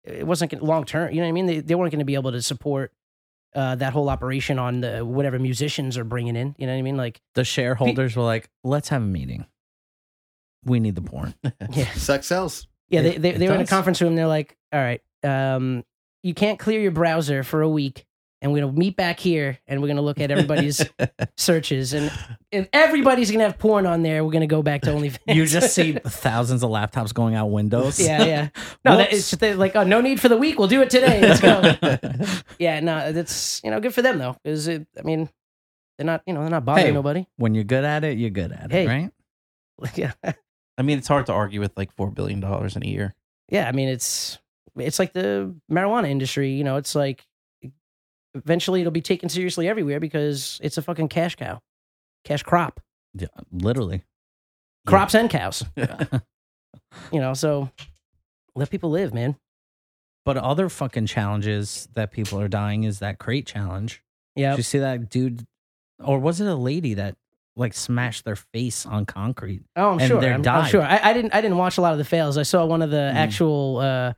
Speaker 4: it wasn't gonna- long term. You know what I mean? They they weren't going to be able to support uh, that whole operation on the whatever musicians are bringing in. You know what I mean? Like,
Speaker 5: The shareholders were like, "Let's have a meeting. We need the porn."
Speaker 4: yeah,
Speaker 6: sex sells.
Speaker 4: yeah. They
Speaker 5: It-
Speaker 4: they,
Speaker 5: it
Speaker 4: they were in a
Speaker 5: does.
Speaker 4: conference room. They're like, all right, um, you can't clear your browser for a week. And we're gonna meet back here, and we're gonna look
Speaker 6: *laughs*
Speaker 4: at
Speaker 7: *laughs*
Speaker 4: everybody's searches, and if everybody's gonna have porn on there, we're gonna
Speaker 6: *laughs*
Speaker 4: go back to OnlyFans.
Speaker 5: You
Speaker 4: *laughs*
Speaker 5: just see thousands of laptops going out windows.
Speaker 4: Yeah, yeah. *laughs* No, that, it's just they're like, oh, no need for the week. We'll do it today. Let's *laughs* go.
Speaker 7: *laughs*
Speaker 4: yeah, no, that's you know good for them though, because I mean, they're not you know they're not bothering
Speaker 5: Hey.
Speaker 4: nobody.
Speaker 5: When you're good at it, you're good at it,
Speaker 4: Hey.
Speaker 5: right?
Speaker 4: yeah,
Speaker 7: I mean, it's hard to argue with like four billion dollars in a year.
Speaker 4: yeah. I mean, it's it's like the marijuana industry. You know, it's like eventually it'll be taken seriously everywhere because it's a fucking cash cow, cash crop,
Speaker 5: Yeah, literally.
Speaker 4: crops and cows. *laughs* You know, so let people live, man.
Speaker 5: But other fucking challenges that people are dying is that crate challenge.
Speaker 4: Yeah,
Speaker 5: Did you see that dude, or was it a lady that like smashed their face on concrete?
Speaker 4: Oh, I'm
Speaker 5: and
Speaker 4: sure.
Speaker 5: they're
Speaker 4: I'm, I'm
Speaker 5: died.
Speaker 4: sure. I, I didn't. I didn't watch a lot of the fails. I saw one of the actual uh,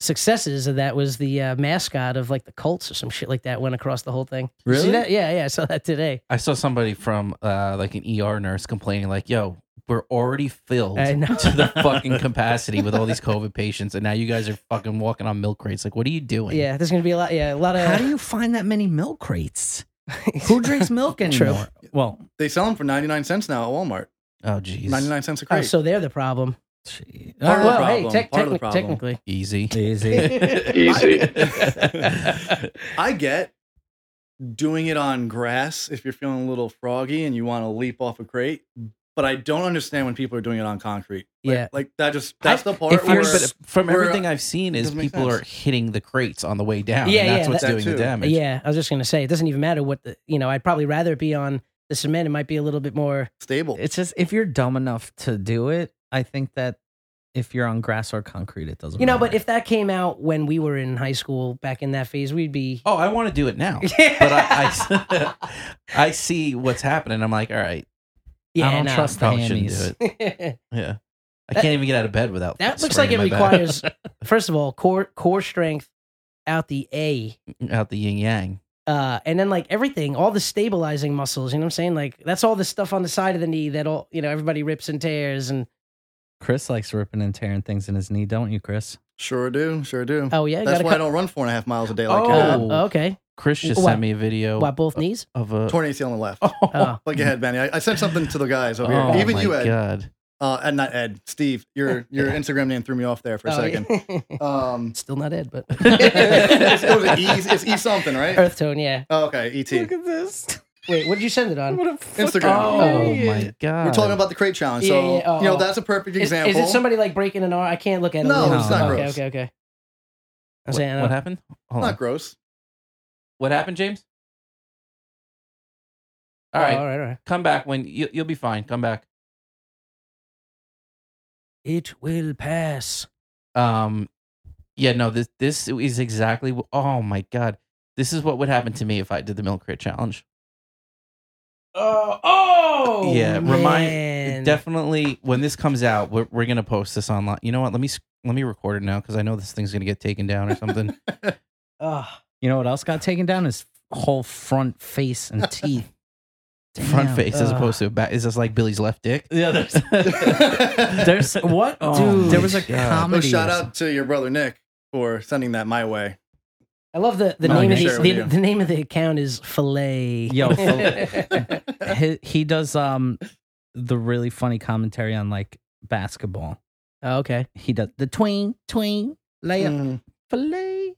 Speaker 4: successes of that was the uh, mascot of like the Colts or some shit like that went across the whole thing. You See
Speaker 5: Really?
Speaker 4: that? Yeah, yeah. I saw that today.
Speaker 7: I saw somebody from uh, like an ER nurse complaining, like, "Yo, we're already filled
Speaker 4: I know.
Speaker 7: *laughs* to
Speaker 5: *laughs*
Speaker 7: the fucking capacity with all these COVID patients, and now you guys are fucking walking on milk crates. Like, what are you doing?"
Speaker 4: Yeah, there's gonna be a lot. Yeah, a lot of.
Speaker 5: How do you find that many milk crates?
Speaker 4: *laughs*
Speaker 5: Who drinks *laughs* milk
Speaker 4: True.
Speaker 5: anymore? Well,
Speaker 6: They sell them for 99 cents now at Walmart.
Speaker 7: Oh, jeez.
Speaker 6: 99 cents a crate.
Speaker 4: oh, so they're the problem.
Speaker 5: gee.
Speaker 6: Part of the
Speaker 4: well, hey,
Speaker 6: problem.
Speaker 4: tec-
Speaker 6: Part of the
Speaker 4: technic-
Speaker 6: problem.
Speaker 4: technically,
Speaker 7: Easy.
Speaker 5: oh, Easy.
Speaker 9: Easy.
Speaker 6: I get doing it on grass if you're feeling a little froggy and you want to leap off a crate, but I don't understand when people are doing it on concrete. Like,
Speaker 4: Yeah.
Speaker 6: like that just that's the part
Speaker 7: If
Speaker 6: where
Speaker 7: you're- but from
Speaker 6: where-
Speaker 7: everything I've seen, is
Speaker 6: doesn't make
Speaker 7: people
Speaker 6: sense.
Speaker 7: are hitting the crates on the way down.
Speaker 4: Yeah,
Speaker 7: and that's
Speaker 4: yeah,
Speaker 7: what's
Speaker 6: that-
Speaker 7: doing the
Speaker 6: too.
Speaker 7: damage.
Speaker 4: yeah. I was just gonna say it doesn't even matter what the you know. I'd probably rather it be on the cement. It might be a little bit more.
Speaker 6: stable.
Speaker 5: *laughs* it's just if you're dumb enough to do it, I think that if you're on grass or concrete, it doesn't.
Speaker 4: You know, but
Speaker 5: matter.
Speaker 4: if that came out when we were in high school back in that phase, we'd be.
Speaker 7: Oh, I want to do it
Speaker 4: *laughs*
Speaker 7: now. but I, *laughs* I, I see what's happening. I'm like, all right,
Speaker 4: yeah,
Speaker 5: I don't
Speaker 4: nah.
Speaker 5: trust
Speaker 4: *laughs*
Speaker 5: the
Speaker 7: probably shouldn't do
Speaker 5: hammies.
Speaker 7: it. Yeah. I
Speaker 4: That-
Speaker 7: can't even get out of bed without.
Speaker 4: That looks like
Speaker 7: spraying
Speaker 4: it
Speaker 7: my back. *laughs*
Speaker 4: requires, first of all, core core strength out the A,
Speaker 7: out the yin yang.
Speaker 4: uh, and then like everything, all the stabilizing muscles. You know what I'm saying? Like that's all the stuff on the side of the knee that all you know everybody rips and tears. And
Speaker 5: Chris likes ripping and tearing things in his knee, don't you, Chris?
Speaker 6: Sure do, sure do.
Speaker 4: oh yeah, you
Speaker 6: That's
Speaker 4: gotta
Speaker 6: why I
Speaker 4: cut-
Speaker 6: don't run four and a half miles a day like
Speaker 7: Oh.
Speaker 6: that.
Speaker 4: Uh, okay,
Speaker 7: Chris just
Speaker 4: What?
Speaker 7: sent me a video
Speaker 4: what both knees?
Speaker 7: of a. *laughs*
Speaker 6: Torn ACL on the left.
Speaker 4: Oh.
Speaker 6: Look ahead, Benny. I, I sent something to the guys over
Speaker 7: Oh
Speaker 6: here. Even
Speaker 7: my
Speaker 6: you, Ed.
Speaker 7: God.
Speaker 6: Uh, Ed, not Ed. Steve, your your Instagram name threw me off there for a
Speaker 4: Oh, *laughs*
Speaker 6: second.
Speaker 4: yeah.
Speaker 6: Um, *laughs*
Speaker 4: Still not Ed, but
Speaker 6: it's, it was an e, it's E something, right?
Speaker 4: Earth Tone. Yeah.
Speaker 6: Oh, okay, ET.
Speaker 5: at this. *laughs*
Speaker 4: Wait, what did you send it on?
Speaker 6: Instagram.
Speaker 7: Oh my God.
Speaker 6: We're talking about the crate challenge, so
Speaker 4: Yeah, yeah, oh,
Speaker 6: you know
Speaker 4: oh.
Speaker 6: that's a perfect
Speaker 4: Is,
Speaker 6: example.
Speaker 4: is it somebody like breaking an arm? I can't look at it.
Speaker 6: No,
Speaker 5: it's not
Speaker 4: okay,
Speaker 6: gross.
Speaker 4: Okay, okay. I'm
Speaker 7: What,
Speaker 4: saying, uh, I
Speaker 7: what
Speaker 4: don't-
Speaker 7: happened? Hold
Speaker 6: Not
Speaker 7: on.
Speaker 6: gross.
Speaker 7: What happened, James?
Speaker 4: oh,
Speaker 7: All right,
Speaker 4: all right, all right.
Speaker 7: come back when you, you'll be fine. Come back.
Speaker 4: It will pass.
Speaker 7: Um, yeah, no, this this is exactly. wh- Oh my god, this is what would happen to me if I did the milk crate challenge.
Speaker 4: Oh, oh,
Speaker 7: yeah,
Speaker 4: man.
Speaker 7: remind definitely when this comes out, we're, we're gonna post this online. You know what? Let me s- let me record it now because I know this thing's gonna get taken down
Speaker 4: *laughs*
Speaker 7: or something.
Speaker 4: Ugh.
Speaker 5: You know what else got taken down? His whole front face *laughs* and teeth.
Speaker 7: Front
Speaker 5: Damn.
Speaker 7: face as
Speaker 4: Ugh.
Speaker 7: opposed to a back. Is this like Billy's left
Speaker 4: *laughs*
Speaker 7: dick? *laughs*
Speaker 5: Yeah, there's,
Speaker 6: Oh,
Speaker 5: Oh there's what?
Speaker 4: Dude.
Speaker 5: there was a
Speaker 7: Yeah.
Speaker 6: But
Speaker 5: comedy.
Speaker 6: shout out to your brother Nick for sending that my way.
Speaker 4: I love the, the
Speaker 6: No,
Speaker 4: name
Speaker 6: you
Speaker 4: of the,
Speaker 6: share with
Speaker 4: the,
Speaker 6: you.
Speaker 4: the name of the account is Filet.
Speaker 5: Yo, *laughs* Filet. *laughs* he, he does um the really funny commentary on like basketball.
Speaker 4: oh, okay.
Speaker 5: He does the tween tween
Speaker 4: uh,
Speaker 5: layup fillet.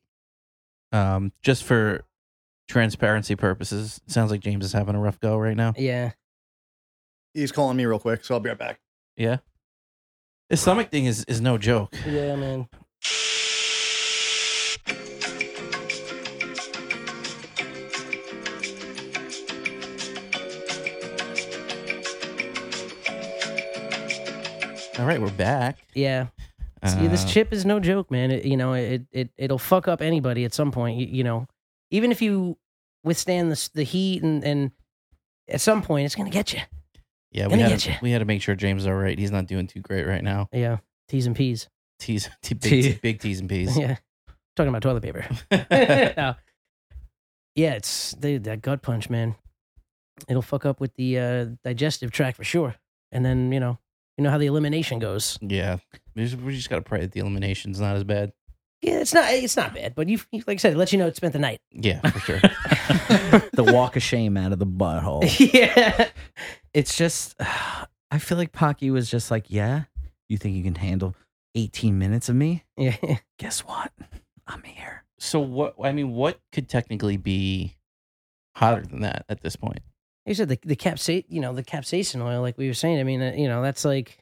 Speaker 7: Um, just for transparency purposes, sounds like James is having a rough go right now.
Speaker 4: *laughs* Yeah.
Speaker 6: He's calling me real quick, so I'll be right back.
Speaker 7: Yeah, his stomach thing is is no joke.
Speaker 4: Yeah, man.
Speaker 7: All right, we're back.
Speaker 4: Yeah. See, this
Speaker 7: Uh,
Speaker 4: chip is no joke, man. It, you know, it, it it'll fuck up anybody at some point. You, you know, even if you withstand the s- the heat and and at some point it's gonna get you.
Speaker 7: Yeah, we
Speaker 4: Gonna
Speaker 7: had,
Speaker 4: get
Speaker 7: to,
Speaker 4: ya.
Speaker 7: we had to make sure James is all right. He's not doing too great right now.
Speaker 4: Yeah. T's and P's.
Speaker 7: T's, *laughs* t- big,
Speaker 5: T.
Speaker 7: t- big
Speaker 4: *laughs*
Speaker 7: T's and P's.
Speaker 4: Yeah. Talking about toilet paper.
Speaker 7: *laughs*
Speaker 4: no. *laughs* Yeah, it's dude, that gut punch, man. It'll fuck up with the uh, digestive tract for sure. And then, you know, you know how the elimination goes.
Speaker 7: yeah, we just, we just got to pray that the elimination's not as bad.
Speaker 4: Yeah, it's not it's not bad, but you you- like I said, it lets you know it spent the night.
Speaker 7: Yeah,
Speaker 4: *laughs*
Speaker 7: for
Speaker 5: *laughs*
Speaker 7: sure.
Speaker 5: the walk of shame out of the butthole.
Speaker 4: yeah.
Speaker 5: *laughs* It's just, *sighs* I feel like Pocky was just like, yeah, you think you can handle 18 minutes of me?
Speaker 4: Yeah.
Speaker 5: Guess what? *laughs* I'm here.
Speaker 7: so what? I mean, what could technically be hotter than that at this point?
Speaker 4: You said the the capsa you know, the capsaicin oil like we were saying. I mean, uh, you know, that's like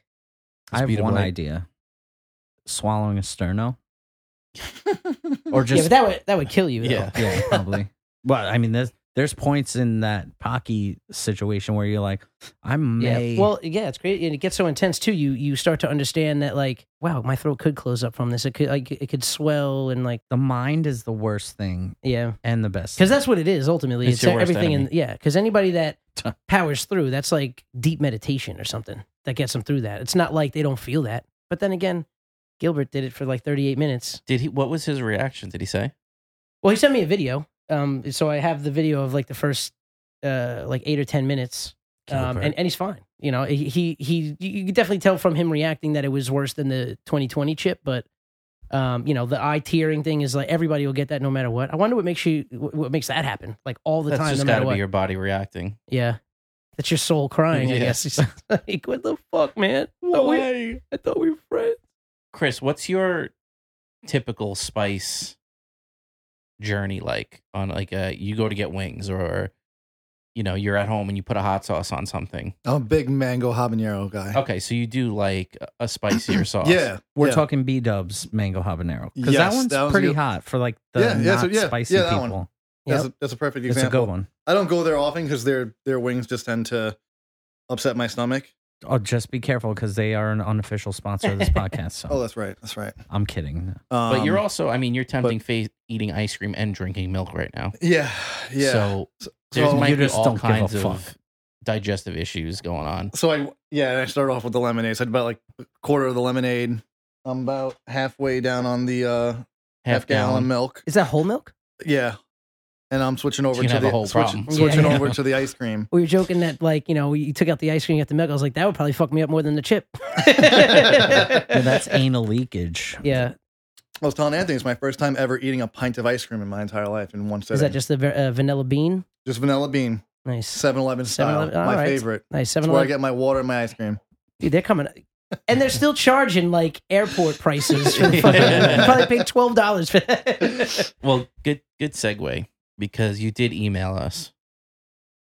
Speaker 5: I have
Speaker 7: Speed of
Speaker 5: one
Speaker 7: light.
Speaker 5: idea: swallowing a sterno, or
Speaker 4: Yeah,
Speaker 5: just
Speaker 4: but that would that would kill you though.
Speaker 7: Yeah.
Speaker 5: *laughs* yeah, probably. Well, I mean, there's there's points in that Pocky situation where you're like, I
Speaker 4: Yeah.
Speaker 5: may.
Speaker 4: Well, yeah, it's great, and it gets so intense too. You you start to understand that like, wow, my throat could close up from this. It could like it could swell and like
Speaker 5: the mind is the worst thing
Speaker 4: yeah,
Speaker 5: and the best.
Speaker 4: because that's what it is ultimately.
Speaker 7: It's
Speaker 4: It's, e-,
Speaker 7: your worst
Speaker 4: everything in
Speaker 7: enemy.
Speaker 4: yeah. Because anybody
Speaker 7: *laughs*
Speaker 4: that powers through, that's like deep meditation or something that gets them through that. It's not like they don't feel that. But then again, Gilbert did it for like 38 minutes.
Speaker 7: Did he? What was his reaction? Did he say?
Speaker 4: Well, he sent me a video. Um, so I have the video of like the first uh like eight or ten minutes um,
Speaker 5: Gilbert.
Speaker 4: and, and he's fine. You know, he, he he you could definitely tell from him reacting that it was worse than the 2020 chip, but um, you know, the eye tearing thing is like everybody will get that no matter what. I wonder what makes you what what makes that happen like all the
Speaker 7: That's
Speaker 4: time, no
Speaker 7: just got
Speaker 4: matter
Speaker 7: to
Speaker 4: what.
Speaker 7: be your body reacting.
Speaker 4: yeah, that's your soul crying. I
Speaker 7: Yeah.
Speaker 4: guess It's *laughs* like what the fuck, man. I thought we- I thought we were friends.
Speaker 7: Chris, what's your typical spice journey like on like a you go to get wings or you know you're at home and you put a hot sauce on something
Speaker 6: I'm a big mango habanero guy.
Speaker 7: okay so you do like a- a spicier sauce
Speaker 6: Yeah,
Speaker 5: We're
Speaker 6: yeah.
Speaker 5: talking B Dub's mango habanero because that
Speaker 6: Yes,
Speaker 5: one's
Speaker 6: that one's
Speaker 5: pretty
Speaker 6: good.
Speaker 5: hot for like the
Speaker 6: Yeah, yeah,
Speaker 5: not
Speaker 6: so- yeah,
Speaker 5: spicy
Speaker 6: yeah, that one.
Speaker 5: people.
Speaker 6: That's, a, that's a perfect
Speaker 5: It's
Speaker 6: example.
Speaker 5: a good one.
Speaker 6: I don't go there often because their their wings just tend to upset my stomach.
Speaker 5: Oh, just be careful because they are an unofficial
Speaker 6: *laughs*
Speaker 5: sponsor of this podcast. So
Speaker 6: Oh, that's right, that's right. *laughs*
Speaker 5: I'm kidding.
Speaker 6: Um,
Speaker 7: but you're also i mean you're tempting fate eating ice cream and drinking milk right now
Speaker 6: yeah, yeah.
Speaker 7: so
Speaker 6: So-
Speaker 7: there's
Speaker 6: so
Speaker 7: might
Speaker 5: You
Speaker 7: be
Speaker 5: just
Speaker 7: all
Speaker 5: don't give a
Speaker 7: kinds of
Speaker 5: fuck.
Speaker 7: digestive issues going on.
Speaker 6: So I yeah, and I started off with the lemonade. So I had about like a quarter of the lemonade. I'm about halfway down on the uh, half,
Speaker 7: Half
Speaker 6: gallon.
Speaker 7: gallon.
Speaker 6: milk.
Speaker 4: Is that whole milk?
Speaker 6: Yeah, and I'm switching over
Speaker 7: gonna
Speaker 6: to
Speaker 7: have a
Speaker 6: the
Speaker 5: *laughs*
Speaker 7: whole
Speaker 6: switching,
Speaker 7: problem.
Speaker 6: switching
Speaker 4: Yeah.
Speaker 6: over to the ice cream.
Speaker 4: We were joking that like you know you took out the ice cream, you got the milk. I was like, that would probably fuck me up more than
Speaker 6: *laughs*
Speaker 4: the chip.
Speaker 5: Yeah, that's anal leakage.
Speaker 4: yeah.
Speaker 6: I was telling Anthony it's my first time ever eating a pint of ice cream in my entire life in one sitting.
Speaker 4: Is that just the va- uh, vanilla bean?
Speaker 6: Just vanilla bean,
Speaker 4: Nice,
Speaker 6: 7-Eleven style,
Speaker 4: 7-Eleven, all
Speaker 6: my
Speaker 4: right.
Speaker 6: favorite.
Speaker 4: nice.
Speaker 6: It's
Speaker 4: Seven
Speaker 6: where I
Speaker 4: Eleven.
Speaker 6: get my water and my ice cream.
Speaker 4: Dude, they're coming. And they're still charging like airport prices.
Speaker 6: *laughs*
Speaker 4: For the fucking,
Speaker 7: Yeah.
Speaker 4: you probably paid twelve dollars for that.
Speaker 7: Well, good good segue because you did email us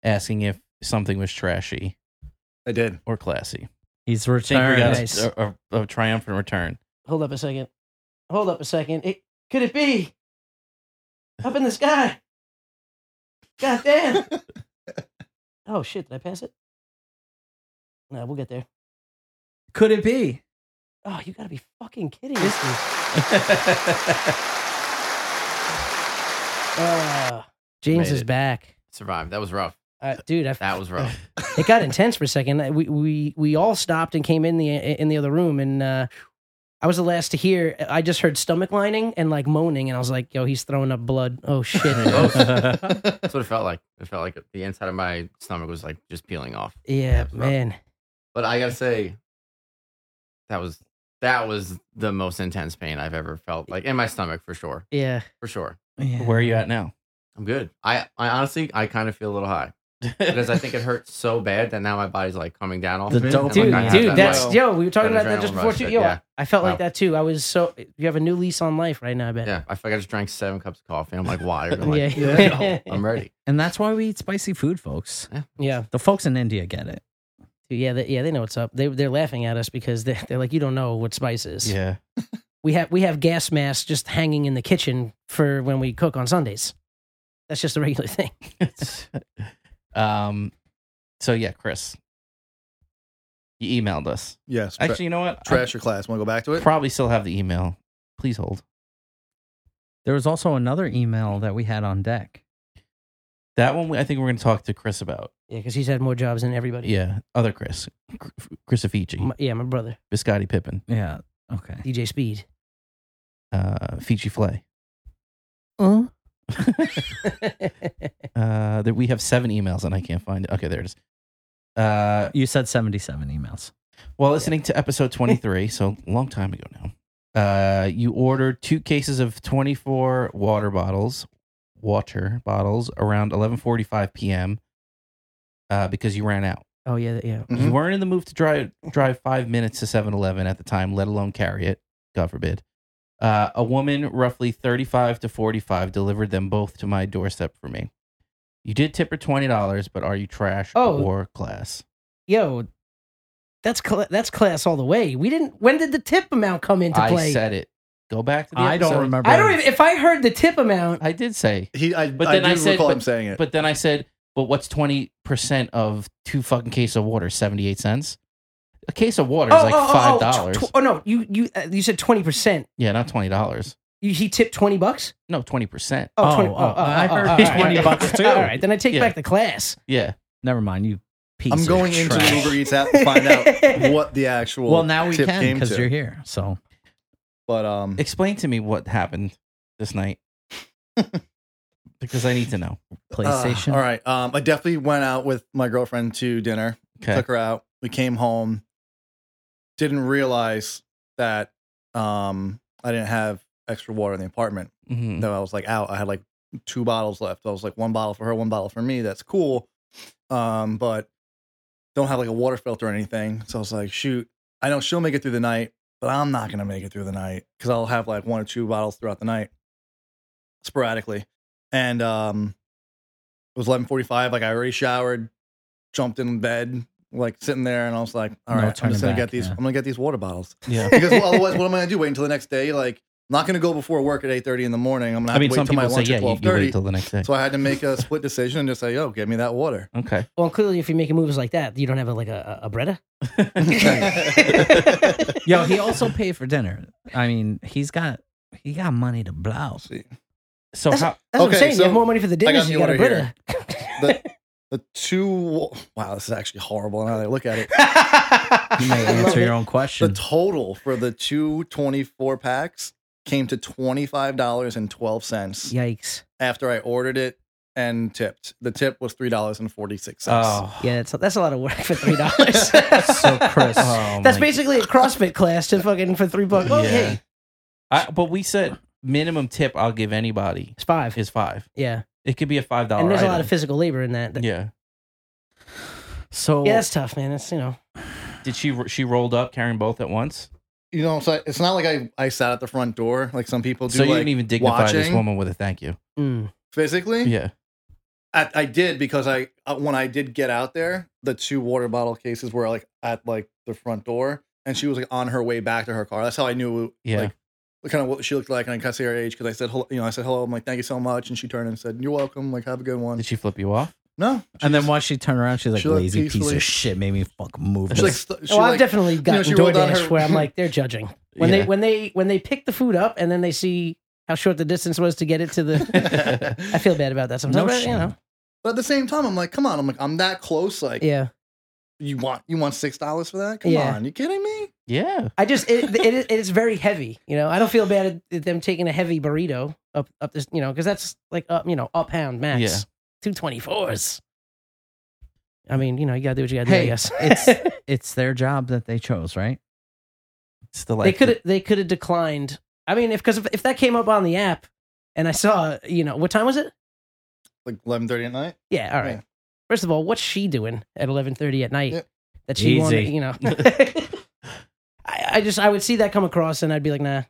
Speaker 7: asking if something was trashy
Speaker 6: I did.
Speaker 7: or classy.
Speaker 5: He's
Speaker 7: I think we
Speaker 5: returned.
Speaker 7: got
Speaker 4: Nice.
Speaker 7: a, a- a triumphant return.
Speaker 4: Hold up a second. Hold up a second. It, could it be up in the sky? God *laughs* damn! oh shit! Did I pass it? No, we'll get there.
Speaker 5: Could it be?
Speaker 4: Oh, you gotta be fucking kidding me. *laughs* Uh, James
Speaker 8: Made
Speaker 4: is
Speaker 8: it.
Speaker 4: back.
Speaker 8: Survived. That was rough.
Speaker 4: Uh, dude,
Speaker 8: *laughs*
Speaker 4: I,
Speaker 8: That was rough.
Speaker 4: it got intense for a second. We we we all stopped and came in the in the other room, and uh, I was the last to hear. I just heard stomach lining and like moaning, and I was like, "Yo, he's throwing up blood." Oh *laughs*
Speaker 8: *laughs*
Speaker 4: shit!
Speaker 8: That's what it felt like. It felt like the inside of my stomach was like just peeling off.
Speaker 4: yeah, man.
Speaker 8: But I gotta say, that was that was the most intense pain I've ever felt. Like in my stomach for sure,
Speaker 4: Yeah,
Speaker 8: for sure.
Speaker 7: Where are you at now?
Speaker 8: I'm good. I, I honestly, I kind of feel a little high
Speaker 7: *laughs*
Speaker 8: because I think it hurts so bad that now my body's like coming down off
Speaker 5: The
Speaker 8: of it.
Speaker 5: dopamine.
Speaker 8: And,
Speaker 4: dude,
Speaker 8: like, I have
Speaker 4: dude,
Speaker 8: that,
Speaker 4: that's
Speaker 8: like-
Speaker 4: yo. We were talking
Speaker 8: that
Speaker 4: about that just
Speaker 8: adrenaline
Speaker 4: before
Speaker 8: rush
Speaker 4: too.
Speaker 8: that-
Speaker 4: Yo,
Speaker 8: yeah.
Speaker 4: I felt like
Speaker 8: Wow.
Speaker 4: that too. I was so you have a new lease on life right now. I bet.
Speaker 8: yeah. I feel like I just drank seven cups of coffee. I'm like wired. I'm like,
Speaker 4: Yeah.
Speaker 8: yeah. I'm ready.
Speaker 5: And that's why we eat spicy food, folks.
Speaker 4: yeah,
Speaker 5: The folks in India get it.
Speaker 4: Dude, yeah, they, yeah. They know what's up. They they're laughing at us because they they're like, "You don't know what spice is."
Speaker 7: Yeah. *laughs*
Speaker 4: we have we have gas masks just hanging in the kitchen for when we cook on Sundays. That's just a regular *laughs* thing.
Speaker 7: um. So yeah, Chris, you emailed us.
Speaker 6: Yes. tra-
Speaker 7: Actually, you know what?
Speaker 6: trash your class. Want to go back to
Speaker 7: I
Speaker 6: it?
Speaker 7: probably still have the email. Please hold.
Speaker 5: There was also another email that we had on deck.
Speaker 7: That one, we- I think we're going to talk to Chris about.
Speaker 4: Yeah, because he's had more jobs than everybody.
Speaker 7: Yeah, other Chris, Cr- Chrisofici,
Speaker 4: my, yeah, my brother
Speaker 7: Biscotti Pippin,
Speaker 5: Yeah. Okay.
Speaker 4: DJ Speed. *laughs*
Speaker 7: uh, Fiji Flay. Uh, that we have seven emails and I can't find it. Okay, there it is. Uh,
Speaker 5: You said 77 emails.
Speaker 7: while listening to episode 23, so a long time ago now, uh, you ordered two cases of 24 water bottles, water bottles, around 11:45 p.m. Uh, because you ran out.
Speaker 4: oh yeah, yeah.
Speaker 7: You
Speaker 6: Mhm.
Speaker 7: weren't in the move to drive drive five minutes to 7-Eleven at the time, let alone carry it. God forbid. Uh, a woman, roughly 35 to 45, delivered them both to my doorstep for me. You did tip her $20, but are you trash
Speaker 4: Oh.
Speaker 7: or class?
Speaker 4: Yo, that's cla that's class all the way. We didn't. When did the tip amount come into
Speaker 7: I
Speaker 4: play?
Speaker 7: said it. Go back to the
Speaker 5: I don't
Speaker 7: episode.
Speaker 5: remember.
Speaker 4: I don't. Even, if I heard the tip amount,
Speaker 7: I did say.
Speaker 6: He, I,
Speaker 7: But
Speaker 6: I
Speaker 7: then
Speaker 6: do
Speaker 7: I said-
Speaker 6: recall
Speaker 7: but-
Speaker 6: him saying it.
Speaker 7: But then I said, but what's 20% of two fucking cases of water? 78 cents? A case of water is like $5.
Speaker 4: Oh, tw- tw- oh, no, you you uh, you said twenty percent.
Speaker 7: yeah, not $20.
Speaker 4: You he tipped twenty bucks.
Speaker 7: No, 20%.
Speaker 5: Oh,
Speaker 4: 20
Speaker 5: oh, I heard
Speaker 4: all right.
Speaker 5: 20
Speaker 4: *laughs*
Speaker 5: bucks, too.
Speaker 4: All right, then I take
Speaker 7: Yeah.
Speaker 4: back the class.
Speaker 7: Yeah.
Speaker 5: Never mind. You piece
Speaker 6: I'm
Speaker 5: of
Speaker 6: going into
Speaker 5: trash.
Speaker 6: the Uber Eats app to find
Speaker 5: *laughs*
Speaker 6: out what the actual.
Speaker 5: Well, now we
Speaker 6: tip
Speaker 5: can
Speaker 6: came
Speaker 5: because
Speaker 6: to.
Speaker 5: you're here. So
Speaker 6: But um,
Speaker 7: explain to me what happened
Speaker 6: *laughs*
Speaker 7: this night because I need
Speaker 4: *laughs*
Speaker 7: to know.
Speaker 5: PlayStation.
Speaker 6: Uh, all right. Um, I definitely went out with my girlfriend to dinner.
Speaker 7: Okay.
Speaker 6: Took her out. We came home. Didn't realize that um I didn't have extra water in the apartment. *laughs*
Speaker 5: Mm-hmm.
Speaker 7: Mhm.
Speaker 6: No, I was like out. I had like two bottles left. I was like one bottle for her, one bottle for me. That's cool. Um, but don't have like a water filter or anything. So I was like, shoot, I know she'll make it through the night, but I'm not gonna make it through the night because I'll have like one or two bottles throughout the night, sporadically. And um, it was 11:45. Like I already showered, jumped in bed, like sitting there, and I was like, all
Speaker 5: No
Speaker 6: right, I'm
Speaker 5: turning
Speaker 6: just gonna
Speaker 5: back,
Speaker 6: get these.
Speaker 5: yeah.
Speaker 6: I'm gonna get these water bottles
Speaker 7: Yeah.
Speaker 6: because well, otherwise, what am I gonna do? Wait until the next day? Like, I'm not gonna go before work at 8:30 in the morning. I'm gonna have
Speaker 7: I mean,
Speaker 6: to
Speaker 7: some
Speaker 6: wait till my
Speaker 7: people say,
Speaker 6: lunch
Speaker 7: yeah,
Speaker 6: at
Speaker 7: you, you wait
Speaker 6: 12:30.
Speaker 7: till the
Speaker 6: *laughs*
Speaker 7: next day.
Speaker 6: so I had to make a split decision and just say, yo, give me that
Speaker 7: *laughs*
Speaker 6: water.
Speaker 7: Okay.
Speaker 4: Well, clearly, if you're making moves like that, you don't have a, like a, a a
Speaker 5: *laughs*
Speaker 4: Bretta. *laughs*
Speaker 5: Yo, he also paid for dinner. I mean, he's got he got money to blow.
Speaker 7: So how?
Speaker 4: That's what I'm
Speaker 6: Okay,
Speaker 4: saying. you
Speaker 6: so
Speaker 4: have more money for the dinners.
Speaker 6: got
Speaker 4: you
Speaker 6: the
Speaker 4: got a
Speaker 6: order
Speaker 4: Brita.
Speaker 6: The, The two. Wow, this is actually horrible. Now that I look at
Speaker 7: *laughs*
Speaker 6: it, *laughs*
Speaker 5: You may answer your own
Speaker 6: the
Speaker 5: question.
Speaker 6: total for the two 24 packs came to twenty five dollars and twelve cents
Speaker 4: *laughs* Yikes.
Speaker 6: after I ordered it and tipped. The tip was three dollars and forty six cents.
Speaker 7: oh,
Speaker 4: Yeah, that's that's a lot of work for three *laughs* dollars. so
Speaker 5: Chris,
Speaker 7: *laughs* oh
Speaker 4: that's
Speaker 7: my-
Speaker 4: basically a CrossFit class to fucking for three bucks. Well,
Speaker 7: Yeah.
Speaker 4: hey,
Speaker 7: I, but we said minimum tip I'll give anybody
Speaker 4: it's five.
Speaker 7: is five.
Speaker 4: Yeah,
Speaker 7: It could be a five dollar.
Speaker 4: and there's a lot of physical labor in that. Yeah,
Speaker 7: Yeah. So
Speaker 4: that's tough, man. It's you know,
Speaker 7: did she? She rolled up carrying both at once.
Speaker 6: You know, so it's not like I, I sat at the front door like some people do.
Speaker 7: So you
Speaker 6: like,
Speaker 7: didn't even dignify this
Speaker 6: watching
Speaker 7: woman with a thank you.
Speaker 4: mm,
Speaker 6: physically.
Speaker 7: Yeah.
Speaker 6: I, I did because I uh, when I did get out there, the two water bottle cases were like at like the front door, and she was like on her way back to her car. That's how I knew.
Speaker 7: Yeah.
Speaker 6: Like, kind of what she looked like, and I could see her age because I said, hello, you know, I said hello. I'm like, thank you so much, and she turned and said, "You're welcome. Like, have a good one."
Speaker 7: Did she flip you off? *laughs*
Speaker 6: no,
Speaker 5: and then once she turned around, she's like,
Speaker 6: She looked
Speaker 5: "Lazy piece
Speaker 6: peacefully-
Speaker 5: of shit, made me fucking move."
Speaker 6: she
Speaker 5: this."
Speaker 6: like, st- she,
Speaker 4: well, I've
Speaker 6: like-
Speaker 4: definitely gotten
Speaker 6: she rolled on
Speaker 4: DoorDash
Speaker 6: her-
Speaker 4: where *laughs* I'm like, they're judging when
Speaker 7: Yeah.
Speaker 4: they when they when they pick the food up and then they see how short the distance was to get it to the.
Speaker 7: *laughs*
Speaker 4: I feel bad about that sometimes.
Speaker 5: No
Speaker 4: but, you know,
Speaker 6: but at the same time, I'm like, come on, I'm like, I'm that close. Like,
Speaker 4: yeah.
Speaker 6: you want you want six dollars for that? Come
Speaker 4: Yeah.
Speaker 6: on, you kidding me?
Speaker 7: yeah.
Speaker 4: I just it, it it is very heavy. You know, I don't feel bad at them taking a heavy burrito up up this. You know, because that's like up you know a pound max.
Speaker 7: Yeah.
Speaker 4: Two twenty fours. I mean, you know, you gotta do what you gotta do. I
Speaker 5: Hey,
Speaker 4: guess *laughs*
Speaker 5: it's- it's their job that they chose, right?
Speaker 7: It's the
Speaker 4: they
Speaker 7: like.
Speaker 4: could have they could have declined. I mean, if because if, if that came up on the app, and I saw, you know, what time was it?
Speaker 6: Like eleven thirty at night.
Speaker 4: Yeah, all right.
Speaker 6: Yeah.
Speaker 4: First of all, what's she doing at eleven thirty at night?
Speaker 6: Yeah.
Speaker 4: That she wanted,
Speaker 5: Easy.
Speaker 4: you know. *laughs* I, I just I would see that come across, and I'd be like, nah.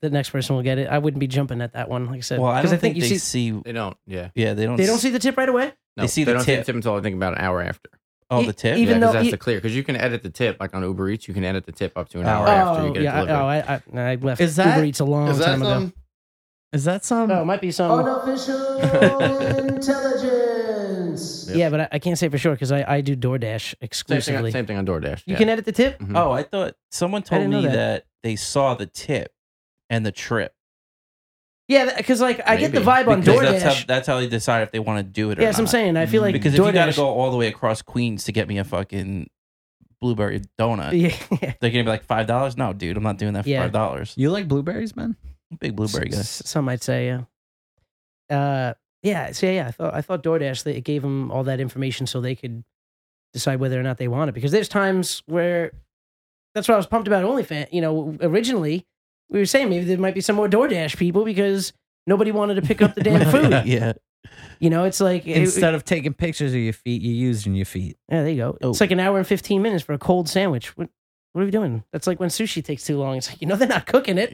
Speaker 4: The next person will get it. I wouldn't be jumping at that one, like I said.
Speaker 7: well, I don't
Speaker 4: 'Cause
Speaker 7: think, they see,
Speaker 8: They don't. Yeah.
Speaker 7: Yeah, they don't.
Speaker 4: They don't
Speaker 7: s-
Speaker 4: see the tip right away.
Speaker 8: No,
Speaker 7: They see the
Speaker 8: don't
Speaker 7: tip.
Speaker 8: the tip until I think about an hour after.
Speaker 7: Oh,
Speaker 4: e-
Speaker 7: the tip.
Speaker 4: even
Speaker 8: yeah,
Speaker 4: though
Speaker 8: because that's
Speaker 4: you-
Speaker 8: the clear. Because you can edit the tip like on Uber Eats. You can edit the tip up to an
Speaker 7: Oh,
Speaker 8: hour
Speaker 7: Or
Speaker 8: after you get
Speaker 4: yeah,
Speaker 8: it delivered.
Speaker 4: I, oh, I, I left
Speaker 5: Is that-
Speaker 4: Uber Eats a long
Speaker 6: Is that
Speaker 4: time ago.
Speaker 6: um?
Speaker 5: Is that some?
Speaker 4: oh, it might be some.
Speaker 8: Yeah.
Speaker 4: yeah, but I, I can't say for sure because I, I do DoorDash
Speaker 8: Same thing, on,
Speaker 4: exclusively.
Speaker 8: same thing on DoorDash.
Speaker 4: You
Speaker 8: yeah.
Speaker 4: can edit the tip.
Speaker 8: Mhm.
Speaker 7: oh, I thought someone told
Speaker 4: didn't know
Speaker 7: me that.
Speaker 4: that.
Speaker 7: they saw the tip and the trip.
Speaker 4: Yeah, because like I get the
Speaker 8: Maybe.
Speaker 4: vibe on
Speaker 7: Because
Speaker 4: DoorDash.
Speaker 7: That's how, that's how they decide if they want to do it. or
Speaker 4: yeah, that's what I'm
Speaker 7: not.
Speaker 4: saying. I feel like
Speaker 7: Because if
Speaker 4: DoorDash,
Speaker 7: you got to go all the way across Queens to get me a fucking blueberry donut,
Speaker 4: *laughs* Yeah,
Speaker 7: they're gonna be like five dollars. No, dude, I'm not doing that for
Speaker 4: Yeah.
Speaker 7: five dollars.
Speaker 5: you like blueberries, man?
Speaker 7: Big blueberry
Speaker 4: *laughs*
Speaker 7: guy.
Speaker 4: S- Some might say, yeah. Uh, yeah, so yeah, I thought I thought DoorDash they it gave them all that information so they could decide whether or not they want it. Because there's times where that's why I was pumped about OnlyFans. You know, originally we were saying maybe there might be some more DoorDash people because nobody wanted to pick up the *laughs*
Speaker 7: *laughs*
Speaker 4: damn
Speaker 5: *laughs*
Speaker 4: food.
Speaker 7: yeah.
Speaker 4: You know, it's like it-
Speaker 5: Instead of taking pictures of your feet, you're using your feet.
Speaker 4: yeah, there you go.
Speaker 7: Oh.
Speaker 4: It's like an hour and fifteen minutes for a cold sandwich. What what are we doing? That's like when sushi takes too long. It's like you know they're not cooking it.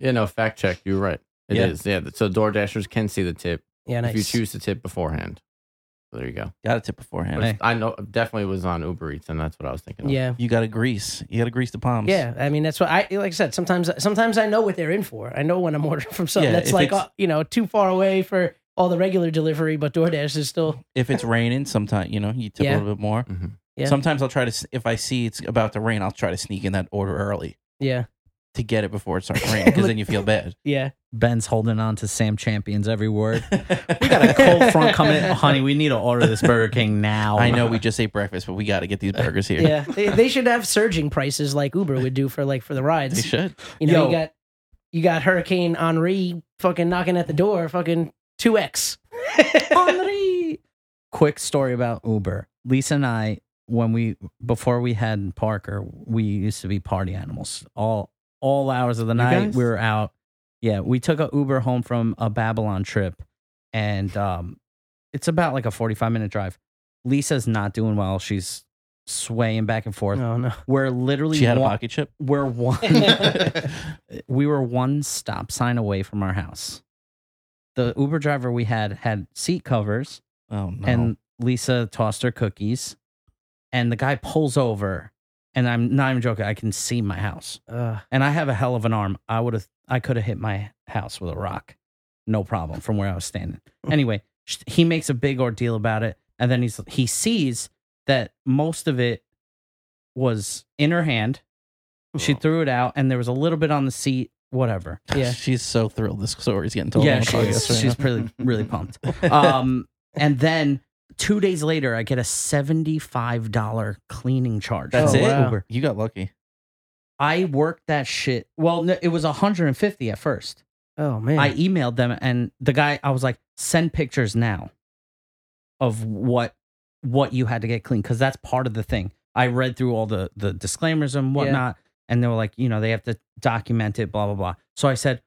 Speaker 8: Yeah, no, fact check. You're right. It
Speaker 7: Yeah.
Speaker 8: is. yeah. So door dashers can see the tip
Speaker 4: Yeah,
Speaker 8: if you
Speaker 4: nice.
Speaker 8: choose the tip beforehand. So there you go.
Speaker 7: got a tip
Speaker 8: But
Speaker 7: beforehand.
Speaker 8: if- I know definitely was on Uber Eats, and that's what I was thinking. Of.
Speaker 4: yeah.
Speaker 7: You got to grease. You got to grease the palms.
Speaker 4: Yeah, I mean that's what I like. I said sometimes, sometimes I know what they're in for. I know when I'm *laughs* ordering from something
Speaker 7: Yeah,
Speaker 4: that's
Speaker 7: if
Speaker 4: like
Speaker 7: it's-
Speaker 4: uh, you know too far away for all the regular delivery, but DoorDash is still
Speaker 7: If it's raining, sometimes you know you tip
Speaker 4: Yeah.
Speaker 7: a little bit more.
Speaker 8: Mhm.
Speaker 4: Yeah.
Speaker 7: Sometimes I'll try to. s- If I see it's about to rain, I'll try to sneak in that order early
Speaker 4: yeah,
Speaker 7: to get it before it starts
Speaker 4: *laughs*
Speaker 7: raining. Because then you feel bad.
Speaker 4: yeah.
Speaker 5: Ben's holding on to Sam Champion's
Speaker 4: *laughs*
Speaker 5: every word.
Speaker 7: we
Speaker 5: We got a cold front coming in. Honey, we need to order this Burger King now.
Speaker 7: I know we just ate breakfast, but we got to get these burgers here.
Speaker 4: Yeah, they, they should have surging prices like Uber would do for like for the
Speaker 7: They
Speaker 4: rides.
Speaker 7: should.
Speaker 4: You know,
Speaker 5: Yo.
Speaker 4: you got you got Hurricane Henri fucking knocking at the door, fucking two X.
Speaker 5: Henri. Quick story about Uber. Lisa and I, when we before we had Parker, we used to be party animals. All all hours of the night,
Speaker 8: guys?
Speaker 5: we were out. Yeah, we took a Uber home from a Babylon trip, and um, it's about like a forty five minute drive. Lisa's not doing well. She's swaying back and forth.
Speaker 4: No, no.
Speaker 5: We're literally
Speaker 7: She had a
Speaker 5: wa-
Speaker 4: *laughs*
Speaker 7: pocket chip. *laughs*
Speaker 5: we're one we were one stop sign away from our house. The Uber driver we had had seat covers,
Speaker 7: Oh no.
Speaker 5: and Lisa tossed her cookies, and the guy pulls over, and I'm not even joking. I can see my house,
Speaker 4: Ugh.
Speaker 5: and I have a hell of an arm. I would have, I could have hit my house with a rock, no problem, from where I was standing. Anyway, sh- he makes a big ordeal about it, and then he's he sees that most of it was in her hand. She threw it out, and there was a little bit on the seat. Whatever.
Speaker 4: yeah.
Speaker 7: she's so thrilled this story's getting told.
Speaker 5: Yeah,
Speaker 7: on the
Speaker 5: she is.
Speaker 7: podcast right *laughs*
Speaker 5: She's
Speaker 7: now.
Speaker 5: really, really pumped. Um, and then two days later, I get a seventy-five dollar cleaning charge.
Speaker 7: That's
Speaker 5: from
Speaker 7: it?
Speaker 5: Uber.
Speaker 7: You got lucky.
Speaker 5: I worked that shit. Well, no, it was one hundred and fifty at first.
Speaker 4: Oh man.
Speaker 5: I emailed them, and the guy, I was like, send pictures now of what what you had to get clean because that's part of the thing. I read through all the the disclaimers and whatnot, and they were like, you know, they have to document it, blah blah blah. So I said,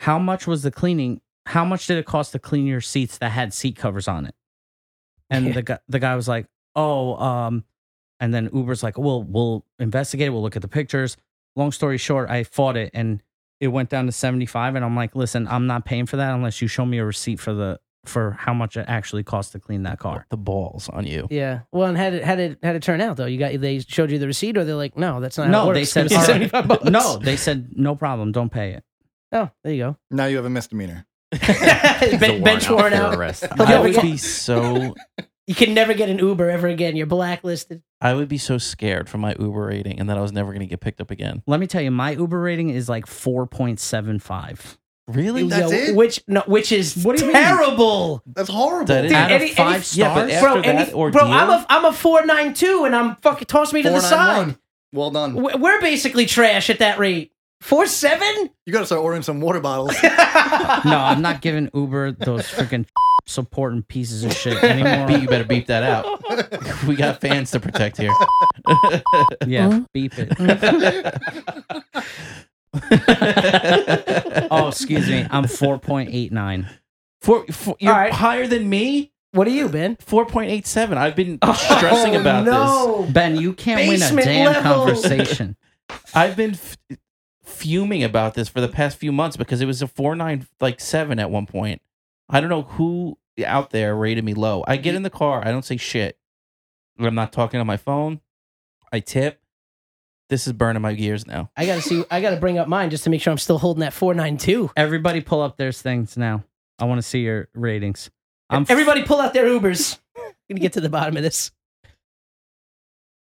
Speaker 5: how much was the cleaning? How much did it cost to clean your seats that had seat covers on it? And
Speaker 4: Yeah.
Speaker 5: the guy the guy was like, oh, um, and then Uber's like, well, we'll investigate. We'll look at the pictures. Long story short, I fought it and it went down to 75 and i'm like listen i'm not paying for that unless you show me a receipt for the for how much it actually costs to clean that car
Speaker 7: The balls on you.
Speaker 4: yeah. Well, and how did how did how did it turn out though? You got they showed you the receipt, or they're like, no, that's not. how
Speaker 5: no
Speaker 4: it
Speaker 5: they
Speaker 4: works. *laughs*
Speaker 5: said
Speaker 4: Give me
Speaker 5: "All right."
Speaker 4: 75 bucks.
Speaker 5: *laughs* no they said no problem don't pay it
Speaker 4: Oh, there you go.
Speaker 6: Now you have a misdemeanor.
Speaker 4: ben, bench warrant
Speaker 8: for
Speaker 4: out. *laughs*
Speaker 8: arrest.
Speaker 4: You'll
Speaker 7: I
Speaker 4: never
Speaker 7: would
Speaker 4: get-
Speaker 7: be so
Speaker 4: you can never get an Uber ever again. You're blacklisted.
Speaker 7: I would be so scared for my Uber rating and that I was never gonna get picked up again.
Speaker 5: let me tell you my uber rating is like 4.75
Speaker 7: Really?
Speaker 6: That's
Speaker 4: Yo,
Speaker 6: it?
Speaker 4: Which no, which is
Speaker 5: What do you mean?
Speaker 4: terrible.
Speaker 6: That's horrible.
Speaker 7: That is-
Speaker 4: Dude,
Speaker 5: out of
Speaker 4: any- any-
Speaker 5: five stars
Speaker 7: Yeah, but after
Speaker 4: bro,
Speaker 7: that
Speaker 4: any-
Speaker 7: ordeal,
Speaker 4: bro, I'm a I'm a four nine two, and I'm fucking toss me to the side.
Speaker 6: 491. Well done.
Speaker 4: We- We're basically trash at that rate. Four seven?
Speaker 6: You got to start ordering some water bottles.
Speaker 5: no i'm not giving uber those freaking *laughs* supporting pieces of shit anymore
Speaker 7: Beat, you better beep that out. *laughs* we got fans to protect *laughs* here.
Speaker 5: *laughs* yeah beep it oh excuse me i'm 4.89
Speaker 7: Four, four, you're
Speaker 4: All right.
Speaker 7: higher than me.
Speaker 4: What are you, Ben?
Speaker 7: Four point eight seven. I've been
Speaker 4: *laughs*
Speaker 7: stressing about this.
Speaker 4: Oh, no.
Speaker 5: ben you can't win a
Speaker 4: Basement
Speaker 5: damn
Speaker 4: level.
Speaker 5: conversation
Speaker 7: I've been f- fuming about this for the past few months because it was a four nine like seven at one point. I don't know who out there rated me low. I get in the car. I don't say shit. I'm not talking on my phone. I tip. This is burning my gears now.
Speaker 4: I gotta see. I gotta bring up mine just to make sure I'm still holding that four nine two.
Speaker 5: Everybody pull up their things now. I want to see your ratings. I'm f-
Speaker 4: Everybody, pull out their Ubers. *laughs* Gonna get to the bottom of this.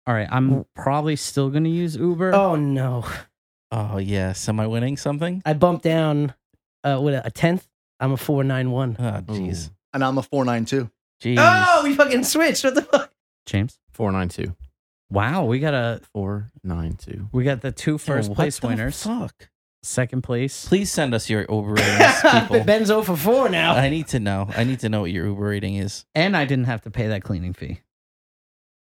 Speaker 5: all right. I'm probably still gonna use Uber.
Speaker 4: Oh no,
Speaker 7: Oh yes, am I winning something?
Speaker 4: I bumped down. Uh, what a tenth? I'm a four nine one.
Speaker 7: Oh jeez,
Speaker 6: and I'm a 492.
Speaker 7: jeez.
Speaker 4: Oh, we fucking switched. What the
Speaker 7: *laughs*
Speaker 4: fuck?
Speaker 5: James.
Speaker 8: Four nine two.
Speaker 5: Wow, we got a
Speaker 8: Four nine two.
Speaker 5: we got the two
Speaker 7: Yo,
Speaker 5: first
Speaker 7: what
Speaker 5: place
Speaker 7: the
Speaker 5: winners.
Speaker 7: Fuck.
Speaker 5: Second place.
Speaker 7: Please send us your
Speaker 5: *laughs*
Speaker 7: Uber ratings, people.
Speaker 4: Ben's 0 for four now.
Speaker 7: I need to know. I need to know what your Uber rating is.
Speaker 5: And I didn't have to pay that cleaning fee.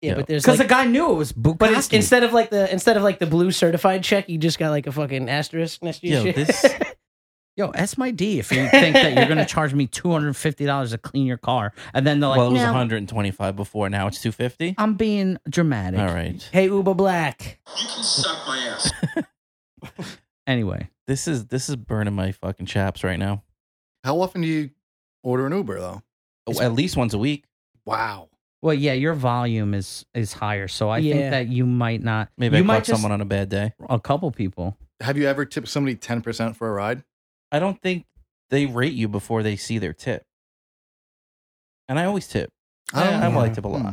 Speaker 4: yeah, but there's
Speaker 5: Because
Speaker 4: like,
Speaker 5: the guy knew it was Bukaki.
Speaker 4: but it's, instead of like the instead of like the blue certified check, you just got like a fucking asterisk next to your
Speaker 7: Yo,
Speaker 4: shit.
Speaker 7: this
Speaker 5: Yo, S my D if you think that you're
Speaker 7: *laughs*
Speaker 5: gonna charge me two hundred and fifty dollars to clean your car. And then they're like,
Speaker 7: well, it was
Speaker 5: "No,
Speaker 7: 125 before. Now it's 250.
Speaker 5: I'm being dramatic.
Speaker 7: All right.
Speaker 4: *laughs* hey, Uber Black.
Speaker 5: Anyway.
Speaker 7: This is this is burning my fucking chaps right now.
Speaker 6: How often do you order an Uber though?
Speaker 7: Oh, At least once a week.
Speaker 6: Wow.
Speaker 5: Well, yeah, your volume is is higher. So I
Speaker 4: Yeah.
Speaker 5: think that you might not
Speaker 7: Maybe
Speaker 5: you
Speaker 7: I
Speaker 5: might
Speaker 7: caught someone on a bad day.
Speaker 5: a couple people.
Speaker 6: Have you ever tipped somebody 10% for a ride?
Speaker 7: I don't think they rate you before they see their tip. And I always tip. I,
Speaker 6: don't
Speaker 7: I
Speaker 6: know.
Speaker 7: like tip a lot.
Speaker 6: Hmm.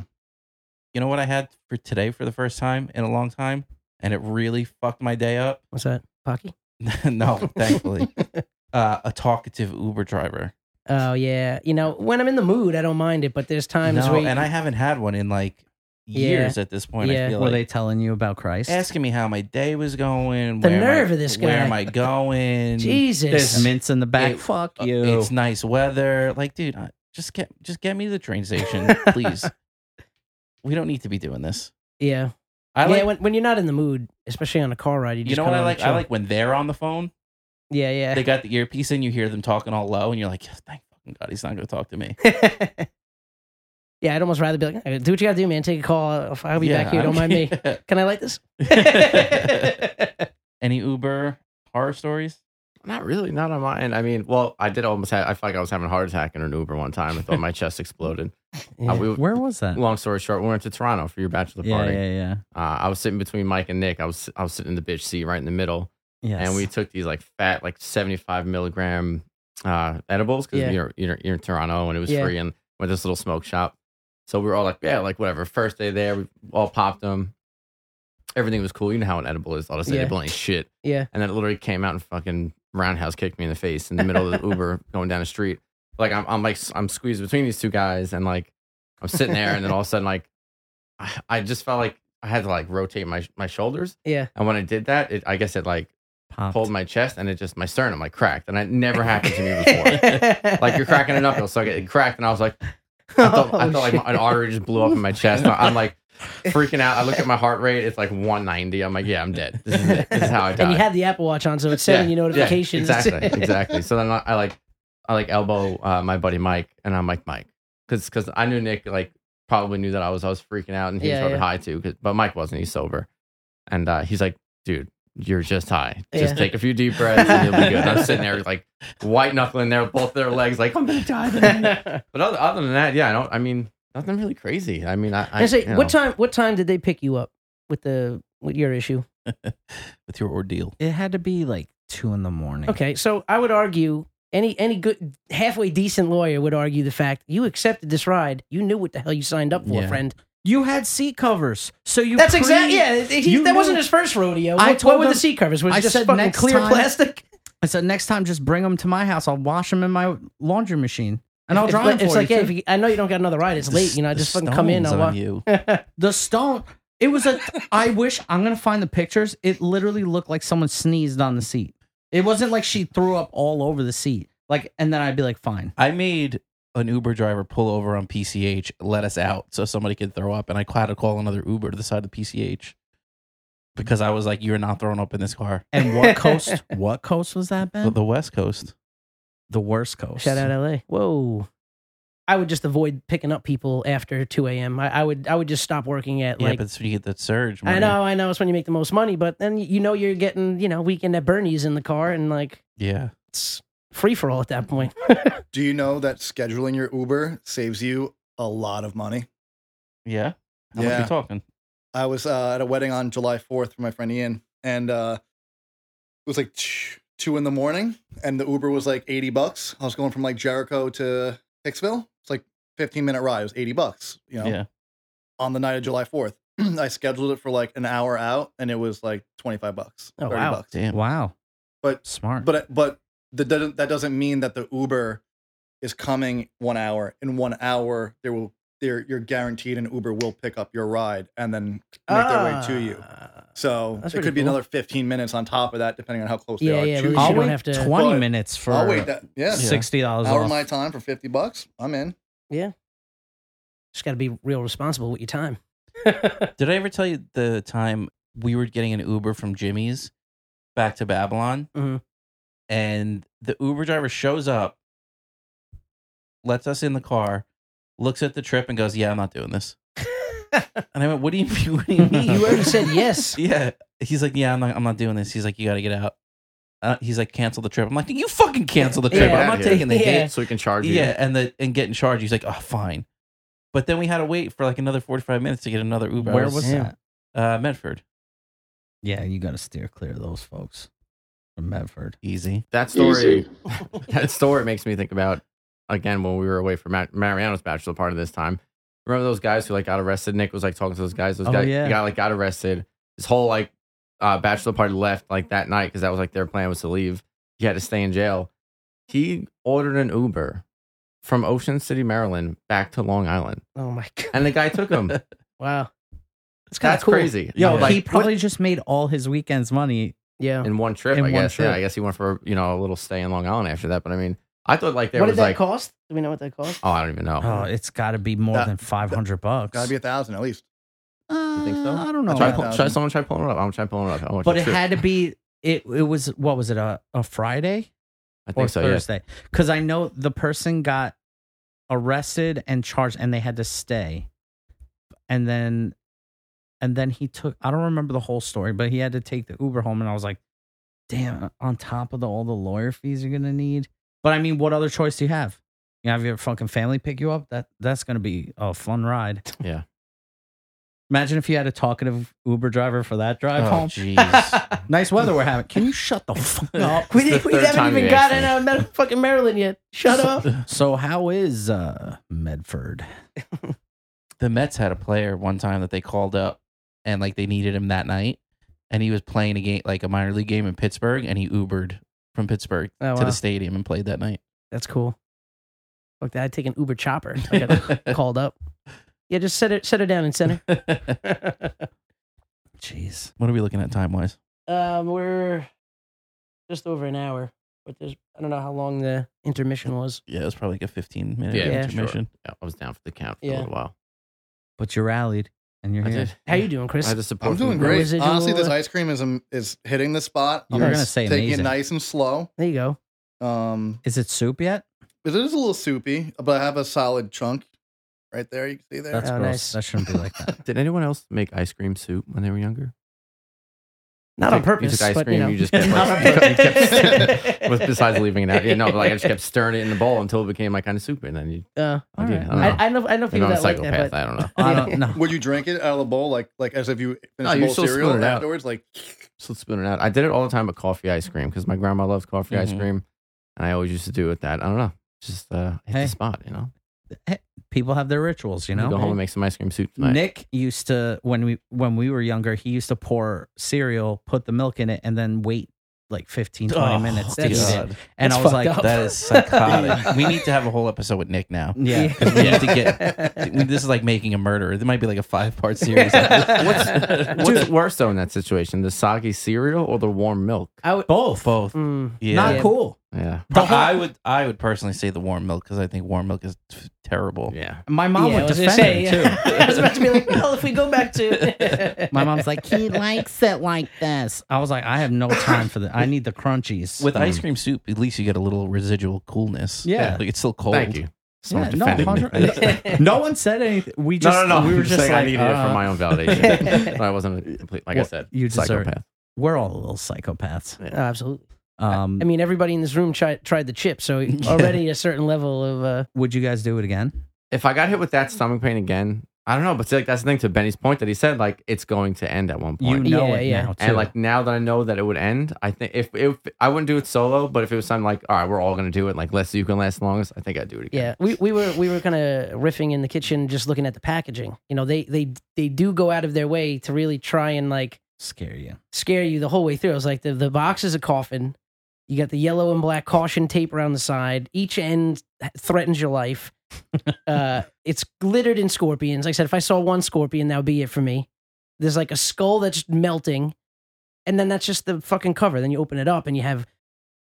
Speaker 7: You know what I had for today for the first time in a long time, and it really fucked my day up. *laughs*
Speaker 4: What's that? Pocky?
Speaker 7: no, thankfully, uh, a talkative Uber driver.
Speaker 4: Oh yeah. You know, when I'm in the mood, I don't mind it. But there's times
Speaker 7: No,
Speaker 4: where
Speaker 7: and I haven't had one in like years at this point.
Speaker 4: Yeah.
Speaker 7: I feel
Speaker 5: Were
Speaker 7: like
Speaker 5: they telling you about Christ?
Speaker 7: asking me how my day was going.
Speaker 4: The
Speaker 7: where am I-
Speaker 4: nerve of this
Speaker 7: Where
Speaker 4: guy.
Speaker 7: am I going?
Speaker 4: Jesus.
Speaker 5: There's mints in the back.
Speaker 7: It-
Speaker 5: Fuck
Speaker 7: Uh,
Speaker 5: you.
Speaker 7: It's nice weather. Like, dude, I- just get just get me to the train
Speaker 4: *laughs*
Speaker 7: station, please. we don't need to be doing this.
Speaker 4: yeah.
Speaker 7: I
Speaker 4: yeah,
Speaker 7: like.
Speaker 4: when, when you're not in the mood, especially on a car ride, you, just
Speaker 7: you know what
Speaker 4: kinda
Speaker 7: I
Speaker 4: wanna
Speaker 7: like? I
Speaker 4: chill.
Speaker 7: like when they're on the phone.
Speaker 4: Yeah, yeah. *laughs*
Speaker 7: They got the earpiece in. You hear them talking all low, and you're like, "Oh, "Thank fucking god, he's not going to talk to me."
Speaker 4: *laughs* yeah, I'd almost rather be like, "Hey, do what you gotta do, man. Take a call. I'll, I'll be
Speaker 7: Yeah,
Speaker 4: back here. Don't
Speaker 7: I'm- *laughs*
Speaker 4: mind me. Can I like this?
Speaker 5: *laughs*
Speaker 7: Any Uber horror stories?
Speaker 8: Not really, not on mine. I mean, well, I did almost have. I felt like I was having a heart attack in an Uber one time. I thought
Speaker 4: *laughs*
Speaker 8: my chest exploded. Uh, we,
Speaker 5: Where was that?
Speaker 8: long story short, we went to Toronto for your bachelor
Speaker 5: yeah,
Speaker 8: party.
Speaker 5: yeah, yeah.
Speaker 8: Uh, I was sitting between Mike and Nick. I was I was sitting in the bitch seat right in the middle,
Speaker 5: Yes.
Speaker 8: and we took these like fat, like seventy five milligram uh, edibles because
Speaker 4: Yeah.
Speaker 8: you're, you're you're in Toronto and it was
Speaker 4: Yeah.
Speaker 8: free, and went to this little smoke shop. So we were all like, yeah, like whatever. First day there, we all popped them. Everything was cool. You know how an edible is. All this
Speaker 4: Yeah.
Speaker 8: edible ain't shit.
Speaker 4: Yeah. *laughs*
Speaker 8: And then it literally came out and fucking roundhouse kicked me in the face in the middle of the Uber going down the street. like I'm, I'm like s- I'm squeezed between these two guys, and like I'm sitting there, and then all of a sudden, like I, I just felt like I had to like rotate my my shoulders,
Speaker 4: Yeah.
Speaker 8: and when I did that, it, I guess it like
Speaker 5: Popped.
Speaker 8: pulled my chest, and it just my sternum like cracked, and it never happened to me before.
Speaker 4: *laughs*
Speaker 8: like you're cracking a knuckle, so it cracked, and I was like, I thought, I
Speaker 4: Oh,
Speaker 8: thought like
Speaker 4: shit.
Speaker 8: an artery just blew up in my chest. I- I'm like freaking out. I look at my heart rate; it's like 190. I'm like, yeah, I'm dead. This is it. This is how I died.
Speaker 4: And you had the Apple Watch on, so it's sending you
Speaker 8: Yeah,
Speaker 4: notifications. *laughs*
Speaker 8: Yeah, exactly, exactly. So then I, I like, I like elbow uh, my buddy Mike, and I'm like Mike, because I knew Nick like probably knew that I was I was freaking out, and he
Speaker 4: Yeah,
Speaker 8: was probably
Speaker 4: yeah.
Speaker 8: high too. 'cause- But Mike wasn't; he's sober, and uh, he's like, dude. You're just high.
Speaker 4: Yeah.
Speaker 8: Just take a few deep breaths and you'll be good. And I'm sitting there
Speaker 4: *laughs*
Speaker 8: like white knuckling there, with both their legs, like I'm gonna
Speaker 4: *laughs*
Speaker 8: die. tonight." But other, other than that, yeah, I don't. I mean, nothing really crazy. I mean, I. I
Speaker 4: And say,
Speaker 8: you know.
Speaker 4: what time? What time did they pick you up with the with your issue?
Speaker 7: with your ordeal.
Speaker 5: It had to be like two in the morning.
Speaker 4: Okay, so I would argue any any good halfway decent lawyer would argue the fact you accepted this ride, you knew what the hell you signed up for,
Speaker 7: Yeah.
Speaker 4: friend.
Speaker 5: You had seat covers, so you.
Speaker 4: That's
Speaker 5: pre-
Speaker 4: exactly yeah. he-
Speaker 5: you
Speaker 4: that wasn't
Speaker 5: knew-
Speaker 4: his first rodeo.
Speaker 5: I
Speaker 4: What,
Speaker 5: told
Speaker 4: what were
Speaker 5: them-
Speaker 4: the seat covers? Was
Speaker 5: I
Speaker 4: it just
Speaker 5: said
Speaker 4: fucking
Speaker 5: next
Speaker 4: clear
Speaker 5: time-
Speaker 4: plastic?
Speaker 5: I said next time, just bring them to my house. I'll wash them in my laundry machine, and I'll
Speaker 4: It's
Speaker 5: dry
Speaker 4: like-
Speaker 5: them for
Speaker 4: It's like
Speaker 5: you.
Speaker 4: yeah,
Speaker 5: too.
Speaker 4: if you, I know you don't got another ride. It's late. You know,
Speaker 7: The
Speaker 4: just fucking come in.
Speaker 7: stones
Speaker 4: I'll
Speaker 7: on
Speaker 4: walk.
Speaker 7: you.
Speaker 5: the stone. It was *laughs* a. I wish I'm gonna find the pictures. It literally looked like someone sneezed on the seat. It wasn't like she threw up all over the seat. Like, and then I'd be like, fine.
Speaker 7: I made an Uber driver pull over on PCH, let us out so somebody could throw up, and I had to call another Uber to the side of PCH because I was like, "You're not throwing up in this car."
Speaker 5: And
Speaker 7: *laughs*
Speaker 5: what coast? What coast was that,
Speaker 7: The,
Speaker 5: Ben?
Speaker 7: the West Coast.
Speaker 5: The worst coast.
Speaker 4: Shout out LA. Whoa. I would just avoid picking up people after 2 a.m. I, I would I would just stop working at
Speaker 7: yeah,
Speaker 4: like
Speaker 7: but it's when you get that surge.
Speaker 4: I
Speaker 7: Marty.
Speaker 4: know, I know. It's when you make the most money, but then you know you're getting, you know, weekend at Bernie's in the car and like
Speaker 7: Yeah.
Speaker 4: it's free for all at that point.
Speaker 6: Do you know that scheduling your Uber saves you a lot of money?
Speaker 7: Yeah. How much
Speaker 6: Yeah.
Speaker 7: are we talking?
Speaker 6: I was uh, at a wedding on July 4th for my friend Ian, and uh, it was like t- two in the morning, and the Uber was like 80 bucks. I was going from like Jericho to Hicksville. It's like 15 minute ride. It was 80 bucks, you know,
Speaker 7: Yeah.
Speaker 6: on the night of July 4th. *clears throat* I scheduled it for like an hour out, and it was like 25 bucks.
Speaker 4: Oh, wow.
Speaker 6: Bucks.
Speaker 7: Damn.
Speaker 5: Wow.
Speaker 6: But-
Speaker 5: smart.
Speaker 6: But but that doesn't that doesn't mean that the Uber is coming one hour. In one hour, there will there you're guaranteed an Uber will pick up your ride and then make their way
Speaker 4: Ah.
Speaker 6: to you. So
Speaker 4: That's
Speaker 6: it
Speaker 4: pretty
Speaker 6: could be
Speaker 4: cool.
Speaker 6: another 15 minutes on top of that, depending on how close
Speaker 4: Yeah,
Speaker 6: they are.
Speaker 4: yeah,
Speaker 6: to
Speaker 4: at
Speaker 6: you.
Speaker 4: least
Speaker 5: I'll
Speaker 4: you don't
Speaker 5: wait
Speaker 4: have to-
Speaker 5: twenty
Speaker 6: But-
Speaker 5: minutes for
Speaker 6: I'll wait that. Yeah.
Speaker 5: sixty dollars
Speaker 6: Hour
Speaker 5: off.
Speaker 6: of my time for 50 bucks. I'm in.
Speaker 4: Just got to be real responsible with your
Speaker 8: *laughs*
Speaker 4: time.
Speaker 7: Did I ever tell you the time we were getting an Uber from Jimmy's back to Babylon?
Speaker 4: Mhm.
Speaker 7: And the Uber driver shows up, lets us in the car, looks at the trip, and goes, Yeah, I'm not doing this. and I went, What do you mean? *laughs* What do you mean?
Speaker 4: you already said
Speaker 8: *laughs*
Speaker 4: yes.
Speaker 7: *laughs* Yeah. He's like, Yeah, I'm not, I'm not doing this. He's like, You got to get out. Uh, he's like, Cancel the trip. I'm like, You fucking cancel the trip.
Speaker 4: Yeah.
Speaker 7: I'm not
Speaker 8: Yeah.
Speaker 7: taking the hit.
Speaker 4: Yeah.
Speaker 8: so we can charge you.
Speaker 7: Yeah, and the and get in charge. He's like, oh, fine. But then we had to wait for like another forty five minutes to get another Uber.
Speaker 5: Where
Speaker 7: I
Speaker 5: was
Speaker 4: Damn.
Speaker 5: that?
Speaker 7: uh, Medford?
Speaker 5: Yeah, you got to steer clear of those folks from Medford.
Speaker 7: Easy.
Speaker 8: That story, that story makes me think about again when we were away for Ma- Mariano's bachelor party this time. Remember those guys who like got arrested? Nick was like talking to those guys. Those
Speaker 5: Oh,
Speaker 8: guys,
Speaker 5: yeah.
Speaker 8: the guy like got arrested. His whole like uh, bachelor party left like that night because that was like their plan was to leave. He had to stay in jail. He ordered an Uber from Ocean City, Maryland, back to Long Island,
Speaker 4: Oh my god!
Speaker 8: and the guy took
Speaker 5: *laughs*
Speaker 8: him.
Speaker 4: Wow, it's kind
Speaker 8: That's
Speaker 4: of cool.
Speaker 8: crazy.
Speaker 5: Yo,
Speaker 7: Yeah.
Speaker 5: he
Speaker 8: like,
Speaker 5: probably just made all his weekends money.
Speaker 4: Yeah.
Speaker 8: in one trip,
Speaker 5: In
Speaker 8: I
Speaker 5: one
Speaker 8: guess.
Speaker 5: trip.
Speaker 8: Yeah, I guess he went for you know a little stay in Long Island after that. But I mean, I thought like there
Speaker 4: What
Speaker 8: was
Speaker 4: did that
Speaker 8: like,
Speaker 4: cost? Do we know what that cost?
Speaker 8: *laughs* oh, I don't even know.
Speaker 5: Oh, it's got to be more
Speaker 6: That-
Speaker 5: than five hundred bucks.
Speaker 6: Gotta be a thousand at least.
Speaker 5: Uh,
Speaker 8: You think so?
Speaker 5: I don't know.
Speaker 6: I
Speaker 8: Try,
Speaker 6: Oh,
Speaker 8: pull,
Speaker 6: yeah.
Speaker 8: try someone try pulling it up. I'm trying pulling it up. I want
Speaker 5: but
Speaker 8: you
Speaker 5: it
Speaker 8: to-
Speaker 5: had to be. It it was what was it a a Friday
Speaker 8: I
Speaker 5: or
Speaker 8: think so. Yes.
Speaker 5: Thursday? Because I know the person got arrested and charged, and they had to stay, and then and then he took. I don't remember the whole story, but he had to take the Uber home, and I was like, damn. On top of the, all the lawyer fees you're gonna need, but I mean, what other choice do you have? You have your fucking family pick you up. That that's gonna be a fun ride.
Speaker 8: Yeah.
Speaker 5: Imagine if you had a talkative Uber driver for that drive
Speaker 7: oh,
Speaker 5: home.
Speaker 7: jeez.
Speaker 5: *laughs* Nice weather we're having. Can you shut the fuck up?
Speaker 4: We,
Speaker 8: It's the
Speaker 4: we
Speaker 8: third
Speaker 4: haven't
Speaker 8: time
Speaker 4: even
Speaker 8: you
Speaker 4: gotten
Speaker 8: asked
Speaker 4: out of Med- fucking Maryland yet.
Speaker 8: *laughs*
Speaker 4: Shut up.
Speaker 5: *laughs* So how is uh Medford?
Speaker 7: the Mets had a player one time that they called up and like they needed him that night, and he was playing a game like a minor league game in Pittsburgh, and he Ubered from Pittsburgh
Speaker 4: Oh,
Speaker 7: to
Speaker 4: wow.
Speaker 5: *laughs*
Speaker 7: the stadium and played that night.
Speaker 4: That's cool. Fuck that. I'd take an Uber chopper. *laughs* if I got called up. Yeah, just set it set her down in center.
Speaker 7: Jeez. What are we looking at time wise?
Speaker 4: Um, we're just over an hour, but there's I don't know how long the intermission was.
Speaker 7: Yeah, it's probably like a 15 minute
Speaker 8: Yeah,
Speaker 4: Yeah.
Speaker 7: intermission.
Speaker 8: Yeah, I was down for the count for
Speaker 4: Yeah.
Speaker 8: a little while.
Speaker 5: But you rallied and you're
Speaker 8: I
Speaker 5: here.
Speaker 8: did.
Speaker 4: How you doing, Chris?
Speaker 8: I had the support.
Speaker 6: I'm doing
Speaker 8: from-
Speaker 6: great.
Speaker 4: Residual-
Speaker 6: Honestly, this ice cream is um, is hitting the spot.
Speaker 5: You
Speaker 6: I'm
Speaker 5: were
Speaker 6: just
Speaker 5: gonna say
Speaker 6: taking
Speaker 5: amazing.
Speaker 6: it nice and slow.
Speaker 4: there you go.
Speaker 6: Um,
Speaker 5: Is it soup yet?
Speaker 6: it is a little soupy, but I have a solid chunk right there. You can see there.
Speaker 5: That's
Speaker 4: Oh,
Speaker 5: gross.
Speaker 4: nice.
Speaker 5: That shouldn't be like
Speaker 4: *laughs*
Speaker 5: that.
Speaker 8: Did anyone else make ice cream soup when they were younger?
Speaker 4: Not
Speaker 8: You
Speaker 4: on
Speaker 8: took- you
Speaker 4: purpose.
Speaker 8: took ice
Speaker 4: but,
Speaker 8: cream,
Speaker 4: know. *laughs*
Speaker 8: you just kept,
Speaker 4: Not
Speaker 8: like,
Speaker 4: on
Speaker 8: *laughs* you
Speaker 4: purpose.
Speaker 8: kept- *laughs* With besides leaving it out, yeah, no, but like I just kept stirring it in the bowl until it became my kind of soup, and then you,
Speaker 4: Uh,
Speaker 8: I did. I don't know.
Speaker 4: I, I know I know
Speaker 8: you know,
Speaker 4: people
Speaker 8: I'm a
Speaker 4: that like that,
Speaker 8: psychopath.
Speaker 4: but
Speaker 8: I don't know. *laughs*
Speaker 5: I don't know.
Speaker 6: Would you drink it out of the bowl like like as if you
Speaker 8: No,
Speaker 6: finished a
Speaker 8: you
Speaker 6: bowl of
Speaker 8: still
Speaker 6: cereal
Speaker 8: spoon it out.
Speaker 6: afterwards? Like *laughs*
Speaker 8: So spoon it out. I did it all the time with coffee ice cream because my grandma loves coffee ice
Speaker 7: Mhm.
Speaker 8: cream, and I always used to do it with that. I don't know, just uh, hit
Speaker 5: Hey.
Speaker 8: the spot, you know.
Speaker 5: People have their rituals, you
Speaker 8: go
Speaker 5: know.
Speaker 8: home and make some ice cream soup tonight.
Speaker 5: Nick used to when we when we were younger, he used to pour cereal, put the milk in it, and then wait like 15 20
Speaker 4: Oh,
Speaker 5: minutes to eat
Speaker 4: that's-
Speaker 5: it.
Speaker 7: God,
Speaker 5: And
Speaker 4: that's
Speaker 5: I was
Speaker 4: fucked
Speaker 5: like
Speaker 4: up.
Speaker 7: that
Speaker 5: *laughs*
Speaker 7: is psychotic. we need to have a whole episode with Nick now.
Speaker 5: yeah.
Speaker 7: 'Cause
Speaker 8: *laughs*
Speaker 7: we need
Speaker 4: *laughs*
Speaker 7: to get this is like making a murderer. There might be like a five part series. *laughs* What's
Speaker 8: What's worse though in that situation, the soggy cereal or the warm milk?
Speaker 4: I would,
Speaker 7: both? Both.
Speaker 4: mm,
Speaker 7: Yeah.
Speaker 5: Not
Speaker 4: Yeah.
Speaker 5: cool.
Speaker 8: Yeah,
Speaker 7: Pro- I would I would personally say the warm milk because I think warm milk is t- terrible.
Speaker 8: yeah.
Speaker 5: My mom
Speaker 4: yeah, I
Speaker 5: would
Speaker 4: was gonna
Speaker 5: defend
Speaker 4: say,
Speaker 5: him
Speaker 4: yeah. *laughs*
Speaker 5: too.
Speaker 4: I was about to be like, well, if we go back
Speaker 8: *laughs*
Speaker 4: to
Speaker 5: My mom's like, he likes it like this. I was like, I have no time for that. I need the crunchies.
Speaker 7: With
Speaker 5: Mm.
Speaker 7: ice cream soup, at least you get a little residual coolness.
Speaker 5: Yeah.
Speaker 7: like it's still cold.
Speaker 8: Thank you. Someone
Speaker 5: no,
Speaker 8: defended me. *laughs*
Speaker 5: hundred- *laughs* no one said anything. We just
Speaker 8: no, no, no.
Speaker 5: we were
Speaker 8: I'm
Speaker 5: just
Speaker 8: saying
Speaker 5: like,
Speaker 8: I needed it
Speaker 5: uh,
Speaker 8: for my own *laughs* validation. I wasn't a complete, like I
Speaker 5: Well,
Speaker 8: said,
Speaker 5: you deserve it.
Speaker 8: psychopath.
Speaker 5: We're all little psychopaths.
Speaker 4: *laughs*
Speaker 8: *laughs*
Speaker 4: Oh, absolutely.
Speaker 5: Um,
Speaker 4: I mean, everybody in this room tried tried the chip, so already a certain level of uh,
Speaker 5: would you guys do it again?
Speaker 8: If I got hit with that stomach pain again, I don't know. But see, like that's the thing to Benny's point that he said, like it's going to end at one
Speaker 5: You
Speaker 8: point.
Speaker 5: know
Speaker 4: Yeah,
Speaker 5: it
Speaker 4: yeah.
Speaker 5: now. Too.
Speaker 8: and like now that I know that it would end, I think if, if I wouldn't do it solo, but if it was something like, all right, we're all gonna do it, like let's see who can last the longest, I think I'd do it again.
Speaker 4: Yeah, we, we were we were kind of riffing in the kitchen, just looking at the packaging. You know, they they they do go out of their way to really try and like
Speaker 5: scare you.
Speaker 4: scare you the whole way through. I was like, the the box is a coffin. You got the yellow and black caution tape around the side. Each end threatens your life. uh, it's glittered in scorpions. Like I said, if I saw one scorpion, that would be it for me. There's like a skull that's melting, and then that's just the fucking cover. Then you open it up and you have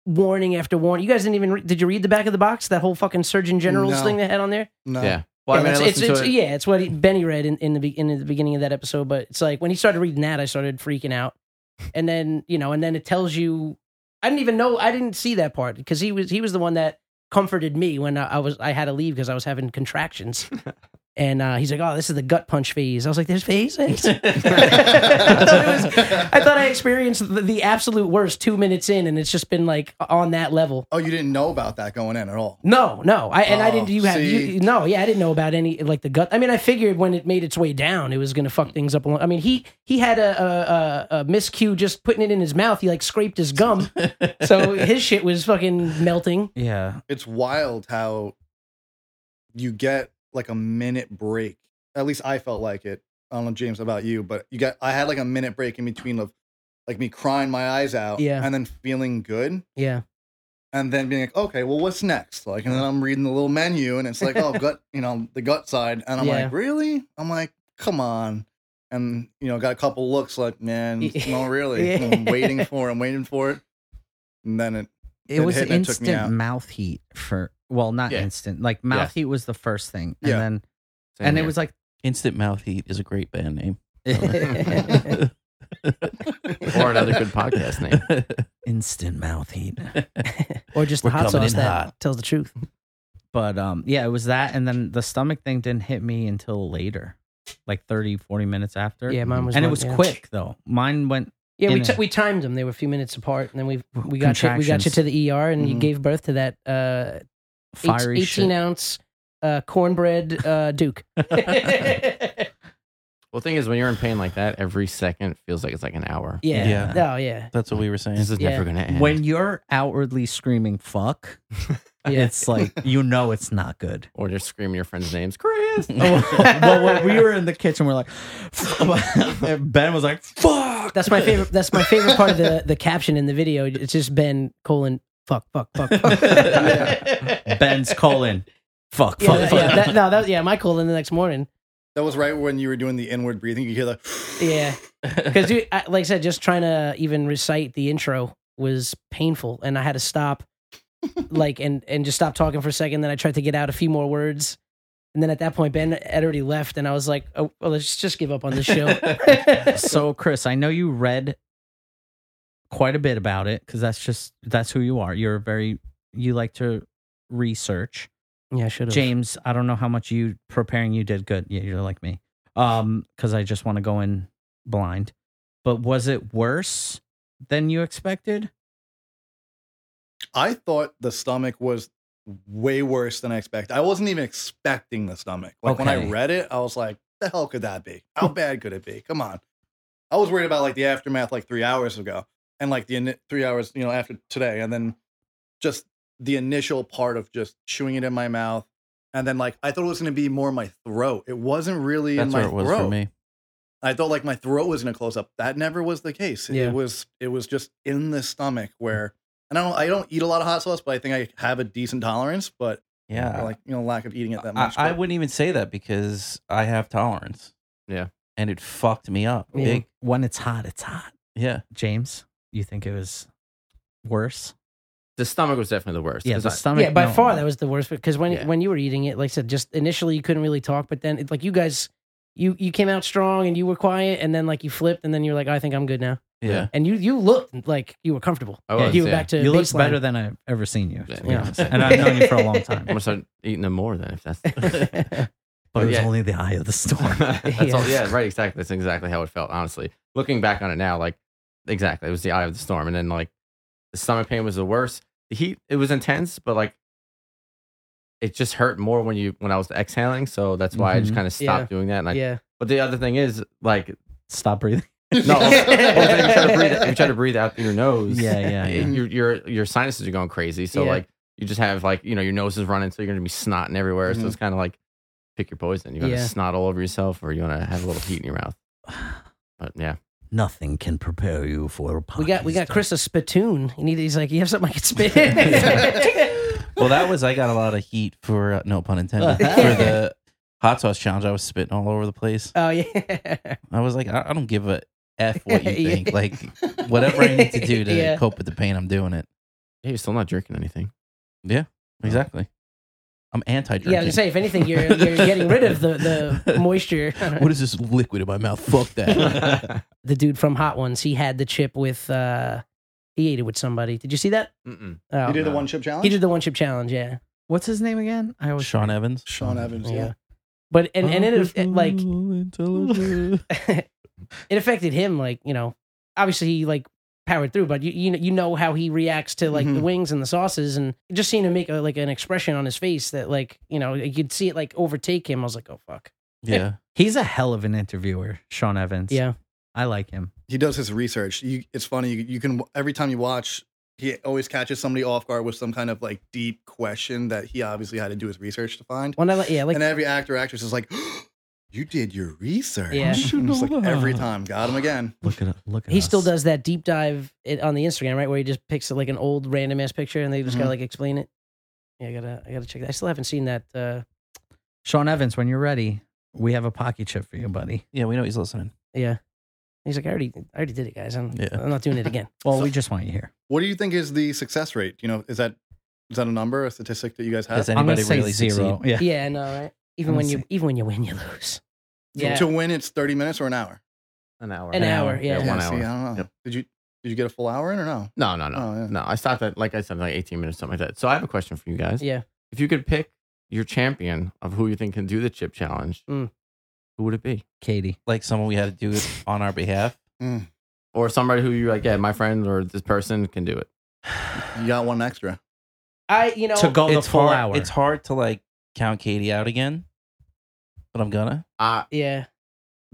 Speaker 4: warning after warning. You guys didn't even re- did you read the back of the box? That whole fucking Surgeon General's
Speaker 6: No.
Speaker 4: thing they had on there.
Speaker 6: no, *laughs*
Speaker 8: Yeah. Well, I mean, I
Speaker 4: it's, it's,
Speaker 8: listened to
Speaker 4: it's,
Speaker 8: it-
Speaker 4: yeah, it's what he, Benny read in, in the be, in the beginning of that episode. But it's like when he started reading that, I started freaking out, and then you know, and then it tells you. I didn't even know. I didn't see that part because he was he was the one that comforted me when I, I was I had to leave because I was having
Speaker 8: *laughs*
Speaker 4: contractions. And uh, he's like, "Oh, this is the gut punch phase." I was like, "There's phases." *laughs*
Speaker 8: *laughs*
Speaker 4: I, thought it was, I thought I experienced the, the absolute worst two minutes in, and it's just been like on that level.
Speaker 6: Oh, you didn't know about that going in at all.
Speaker 4: No, no, I and I didn't.
Speaker 6: Oh,
Speaker 4: You have you,
Speaker 6: see.
Speaker 4: you- no, yeah, I didn't know about any like the gut. I mean, I figured when it made its way down, it was gonna fuck things up. Along, I mean, he he had a a, a, a miscue just putting it in his mouth. He like scraped his gum, so his shit was fucking melting.
Speaker 5: Yeah.
Speaker 6: It's wild how you get like a minute break. At least I felt like it. I don't know, James, about you, but you got I had like a minute break in between of like me crying my eyes out
Speaker 4: Yeah.
Speaker 6: and then feeling good.
Speaker 4: *laughs* Yeah,
Speaker 6: and then being like, okay, well, what's next? Like, and then
Speaker 4: Uh-huh.
Speaker 6: I'm reading the little menu, and it's like, oh,
Speaker 4: *laughs*
Speaker 6: gut, you know, the gut side, and I'm
Speaker 4: Yeah.
Speaker 6: like, really? I'm like, come on, and you know, got a couple looks like, man,
Speaker 4: *laughs*
Speaker 6: no, really, And I'm waiting for, it, I'm waiting for it, and then it,
Speaker 5: It
Speaker 6: It
Speaker 5: was
Speaker 6: hit and it took me out.
Speaker 5: instant mouth heat for well, not
Speaker 8: Yeah.
Speaker 5: instant. Like mouth
Speaker 8: Yeah.
Speaker 5: heat was the first thing. And
Speaker 6: Yeah.
Speaker 5: then
Speaker 8: Same
Speaker 5: and it
Speaker 8: here.
Speaker 5: was like
Speaker 7: *laughs*
Speaker 5: *laughs*
Speaker 7: Instant mouth heat is a great band *laughs* name.
Speaker 8: *laughs* Or another good podcast name.
Speaker 5: instant mouth heat.
Speaker 4: or just
Speaker 7: We're
Speaker 4: the hot
Speaker 7: coming
Speaker 4: sauce
Speaker 7: in
Speaker 4: that
Speaker 7: hot.
Speaker 4: tells the truth.
Speaker 5: But um yeah, it was that and then the stomach thing didn't hit me until later. Like 30 40 minutes after.
Speaker 4: Yeah, mine was
Speaker 5: and it
Speaker 4: one-
Speaker 5: was
Speaker 4: yeah.
Speaker 5: quick though. Mine went
Speaker 4: Yeah, we,
Speaker 5: In
Speaker 4: t-
Speaker 5: it.
Speaker 4: we timed them. They were a few minutes apart, and then we we got you, we got you
Speaker 5: Contractions.
Speaker 4: to the ER, and you
Speaker 6: Mhm.
Speaker 4: gave birth to that uh, eight-
Speaker 5: fiery
Speaker 4: eighteen
Speaker 5: shit.
Speaker 4: ounce uh, cornbread uh, *laughs* Duke.
Speaker 8: Well, thing is, when you're in pain like that, every second feels like it's like an hour.
Speaker 4: Yeah.
Speaker 7: Yeah.
Speaker 4: Oh, yeah.
Speaker 7: That's what we were saying.
Speaker 8: This is
Speaker 4: Yeah.
Speaker 8: never gonna end.
Speaker 5: When you're outwardly screaming fuck,
Speaker 4: *laughs* Yeah.
Speaker 5: it's like you know it's
Speaker 4: *laughs*
Speaker 5: not good.
Speaker 8: or just screaming your friends' names, Chris.
Speaker 4: Oh.
Speaker 5: well, when we were in the kitchen, we're like, *laughs* and Ben was like, fuck.
Speaker 4: That's my favorite. That's my favorite part of the the caption in the video.
Speaker 5: *laughs*
Speaker 4: It's just Ben colon fuck fuck fuck. fuck.
Speaker 5: Ben's colon. Fuck,
Speaker 4: Yeah,
Speaker 5: fuck,
Speaker 4: that-
Speaker 5: fuck.
Speaker 4: yeah, that- no, that, yeah, my call in the next morning.
Speaker 6: That was right when you were doing the inward breathing. You hear the
Speaker 4: Yeah, because like I said, just trying to even recite the intro was painful, and I had to stop, like, and and just stop talking for a second. Then I tried to get out a few more words, and then at that point, Ben had already left, and I was like, "Oh, well, let's just give up on this
Speaker 5: *laughs*
Speaker 4: show." *laughs*
Speaker 5: so chris i know you read quite a bit about it because that's just that's who you are you're very you like to research
Speaker 4: yeah, I should have.
Speaker 5: james i don't know how much you preparing you did good yeah you're like me um because i just want to go in blind but was it worse than you expected
Speaker 6: I thought the stomach was way worse than I expected. I wasn't even expecting the stomach. Like when I
Speaker 5: Okay.
Speaker 6: read it, I was like, the hell could that be?
Speaker 7: *laughs*
Speaker 6: How bad could it be? Come on. I was worried about like the aftermath like three hours ago and like the ini- three hours, you know, after today. And then just the initial part of just chewing it in my mouth. And then like I thought it was going to be more my throat. It wasn't really in
Speaker 7: That's
Speaker 6: my
Speaker 7: where it was
Speaker 6: throat.
Speaker 7: for me.
Speaker 6: I thought like my throat was gonna close up. That never was the case.
Speaker 4: Yeah.
Speaker 6: It was it was just in the stomach where and I don't I don't eat a lot of hot sauce, but I think I have a decent tolerance, but
Speaker 7: Yeah.
Speaker 6: like you know, lack of eating it that
Speaker 7: I,
Speaker 6: much.
Speaker 7: I
Speaker 6: but-
Speaker 7: wouldn't even say that because I have tolerance.
Speaker 8: Yeah.
Speaker 7: And it fucked me up.
Speaker 4: Yeah.
Speaker 7: Big.
Speaker 5: when it's hot it's hot
Speaker 7: Yeah.
Speaker 5: james you think it was worse
Speaker 8: The stomach was definitely the worst.
Speaker 5: yeah
Speaker 8: 'cause
Speaker 5: the
Speaker 8: I-
Speaker 5: stomach
Speaker 4: yeah, by
Speaker 5: no.
Speaker 4: far that was the worst because when
Speaker 8: Yeah.
Speaker 4: when you were eating it, like I said, just initially you couldn't really talk, but then it, like you guys, you you came out strong and you were quiet, and then like you flipped, and then you were like, I think I'm good now,
Speaker 7: Yeah.
Speaker 4: and you you looked like you were comfortable.
Speaker 8: I
Speaker 4: Like,
Speaker 8: was,
Speaker 4: you were
Speaker 8: yeah.
Speaker 4: back to
Speaker 5: you look
Speaker 4: baseline.
Speaker 5: better than i've ever seen you to be
Speaker 8: Yeah.
Speaker 5: honest. and i've known you for a long
Speaker 4: *laughs*
Speaker 5: time
Speaker 8: I'm gonna start eating them more then if that's *laughs* that's
Speaker 5: but it was
Speaker 8: Yeah.
Speaker 5: only the eye of the storm
Speaker 8: all yeah, right, exactly. That's exactly how it felt, honestly. Looking back on it now, like exactly. It was the eye of the storm. And then like the stomach pain was the worst. The heat it was intense, but like it just hurt more when you when I was exhaling. So that's why I just
Speaker 5: Mhm.
Speaker 8: kind of stopped doing
Speaker 7: *laughs*
Speaker 8: that. And I,
Speaker 4: *laughs* yeah,
Speaker 8: But the other thing is like
Speaker 5: *laughs* stop breathing
Speaker 4: *laughs*
Speaker 8: no, well, if you try to breathe, if you try to breathe out through your nose.
Speaker 5: Yeah, yeah,
Speaker 8: it-
Speaker 5: yeah.
Speaker 8: Your your your sinuses are going crazy. So
Speaker 4: Yeah.
Speaker 8: like you just have like you know your nose is running, so you're gonna be snotting everywhere. So it's kind of like pick your poison. You want to
Speaker 4: Mm-hmm. Yeah.
Speaker 8: snot all over yourself, or you want to have a little heat in
Speaker 4: *sighs*
Speaker 8: your mouth. But yeah,
Speaker 5: nothing can prepare you for a
Speaker 4: we got we got Chris a spittoon. He needed. He's like, you have something I can
Speaker 7: *laughs*
Speaker 4: spit.
Speaker 7: Well, that was I got a lot of heat for uh, no pun intended
Speaker 4: Uh-huh.
Speaker 7: for the hot sauce challenge. I was spitting all over the place.
Speaker 4: *laughs* oh yeah,
Speaker 7: I was like, I, I don't give a f what
Speaker 4: *laughs*
Speaker 7: you
Speaker 4: Yeah.
Speaker 7: think. Like whatever I need to do to
Speaker 4: Yeah.
Speaker 7: cope with the pain, I'm doing it.
Speaker 8: hey, you're still not drinking *laughs* anything.
Speaker 7: Exactly. I'm anti-drinking.
Speaker 4: yeah. I was gonna say, if anything, you're you're getting rid of the
Speaker 7: *laughs*
Speaker 4: the moisture.
Speaker 7: What is this liquid in my mouth? Fuck that.
Speaker 5: *laughs*
Speaker 4: *laughs* the dude from Hot Ones, he had the chip with. uh he ate it with somebody. Did you see that?
Speaker 8: Mm-mm.
Speaker 4: Oh.
Speaker 6: you did the one chip challenge?
Speaker 4: He did the one chip challenge, yeah,
Speaker 5: What's his name again? I always
Speaker 7: Sean Evans.
Speaker 6: Sean Evans,
Speaker 4: yeah.
Speaker 6: yeah.
Speaker 4: But and and it,
Speaker 6: *laughs*
Speaker 4: it like *laughs*
Speaker 7: Intelligent.
Speaker 8: *laughs*
Speaker 4: it affected him, like you know, obviously he like powered through, but you you know, you know how he reacts to like the
Speaker 6: Mhm.
Speaker 4: wings and the sauces, and just seeing him make a, like an expression on his face that like you know you could see it like overtake him. I was like, oh fuck,
Speaker 7: yeah.
Speaker 5: He's a hell of an interviewer, Sean Evans.
Speaker 4: yeah,
Speaker 5: I like him.
Speaker 6: He does his research. You, it's funny. You, you can every time you watch, he always catches somebody off guard with some kind of like deep question that he obviously had to do his research to find.
Speaker 4: when I like yeah like
Speaker 6: and every actor actress is like, *gasps* "You did your research."
Speaker 4: Yeah.
Speaker 6: It's like every time, got him again.
Speaker 5: Look at look at
Speaker 4: he still does that deep dive it, on the Instagram right where he just picks like an old random ass picture and they just
Speaker 5: Mm-hmm.
Speaker 4: gotta like explain it. Yeah, I gotta I gotta check that. I still haven't seen that. uh
Speaker 5: Sean Evans. When you're ready, we have a pocket chip for you, buddy.
Speaker 7: Yeah, we know he's listening.
Speaker 4: Yeah. He's like, I already, I already did it, guys. I'm,
Speaker 7: Yeah.
Speaker 4: I'm not doing it again.
Speaker 5: Well, we just want you here.
Speaker 6: What do you think is the success rate? You know, is that is that a number, a statistic that you guys have
Speaker 7: Has
Speaker 5: I'm
Speaker 7: anybody
Speaker 5: gonna say
Speaker 7: really
Speaker 5: zero.
Speaker 7: zero?
Speaker 5: *laughs* Yeah.
Speaker 4: yeah, I know, right? Even
Speaker 5: I'm
Speaker 4: when
Speaker 5: gonna
Speaker 4: you, even when you win, you lose.
Speaker 6: To-
Speaker 4: Yeah,
Speaker 6: To win, it's thirty minutes or an hour.
Speaker 8: An hour.
Speaker 4: An hour, yeah.
Speaker 8: one
Speaker 6: see,
Speaker 8: hour.
Speaker 6: I don't know.
Speaker 8: Yep.
Speaker 6: Did you did you get a full hour in or no?
Speaker 8: No, no, no,
Speaker 6: Oh, yeah.
Speaker 8: no. I stopped at like I said, like 18 minutes, something like that. So I have a question for you guys.
Speaker 4: yeah.
Speaker 8: If you could pick your champion of who you think can do the chip challenge,
Speaker 4: Mm.
Speaker 8: who would it be?
Speaker 5: Katie.
Speaker 7: Like someone we had to do it on our behalf.
Speaker 8: Or somebody who you're like, yeah, my friend or this person can do it.
Speaker 6: You got one extra.
Speaker 4: I, you know,
Speaker 5: to go the full
Speaker 7: hard,
Speaker 5: hour.
Speaker 7: It's hard to like count Katie out again, but I'm gonna.
Speaker 8: Uh,
Speaker 4: yeah.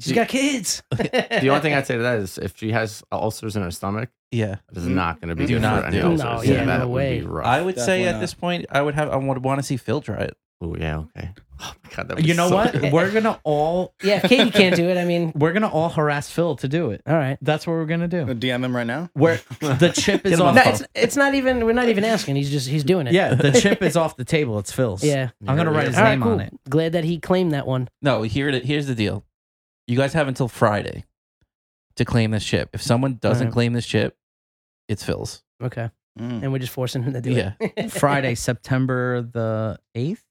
Speaker 4: She's
Speaker 8: The-
Speaker 4: got
Speaker 5: *laughs*
Speaker 4: kids.
Speaker 8: the only thing I'd say to that is if she has ulcers in her stomach,
Speaker 7: Yeah.
Speaker 8: this is not going to be
Speaker 6: Mm.
Speaker 8: good
Speaker 7: Do
Speaker 8: for
Speaker 7: not
Speaker 8: any
Speaker 7: do
Speaker 4: it.
Speaker 8: ulcers.
Speaker 4: No,
Speaker 8: yeah,
Speaker 4: yeah,
Speaker 8: that
Speaker 4: no
Speaker 8: would
Speaker 4: way.
Speaker 8: be rough.
Speaker 7: I would say
Speaker 6: Definitely
Speaker 7: at
Speaker 6: not.
Speaker 7: this point, I would have. I would want to see Phil try it.
Speaker 8: Oh yeah, okay. Oh my god, that was
Speaker 5: You know
Speaker 8: so-
Speaker 5: what? We're gonna all
Speaker 4: *laughs* Yeah, if Katie can't do it, I mean,
Speaker 5: we're gonna all harass Phil to do it.
Speaker 4: all right.
Speaker 5: That's what we're gonna do.
Speaker 6: DM him right now. *laughs*
Speaker 5: Where the chip is
Speaker 7: him
Speaker 5: off.
Speaker 7: on
Speaker 4: No, it's it's not even. We're not even asking. He's just he's doing it. *laughs*
Speaker 5: yeah, the chip is off the table. It's Phil's.
Speaker 4: yeah.
Speaker 5: I'm gonna
Speaker 8: Here it
Speaker 5: write
Speaker 8: is.
Speaker 5: his
Speaker 4: All right,
Speaker 5: name
Speaker 4: cool.
Speaker 5: on it.
Speaker 4: Glad that he claimed that one.
Speaker 7: No, here it, here's the deal. You guys have until Friday to claim this chip. If someone doesn't
Speaker 4: Alright.
Speaker 7: claim this chip, it's Phil's.
Speaker 4: Okay,
Speaker 6: Mm.
Speaker 4: and we're just forcing him to do
Speaker 7: Mm-hmm. Yeah.
Speaker 4: it.
Speaker 5: Friday, September the eighth.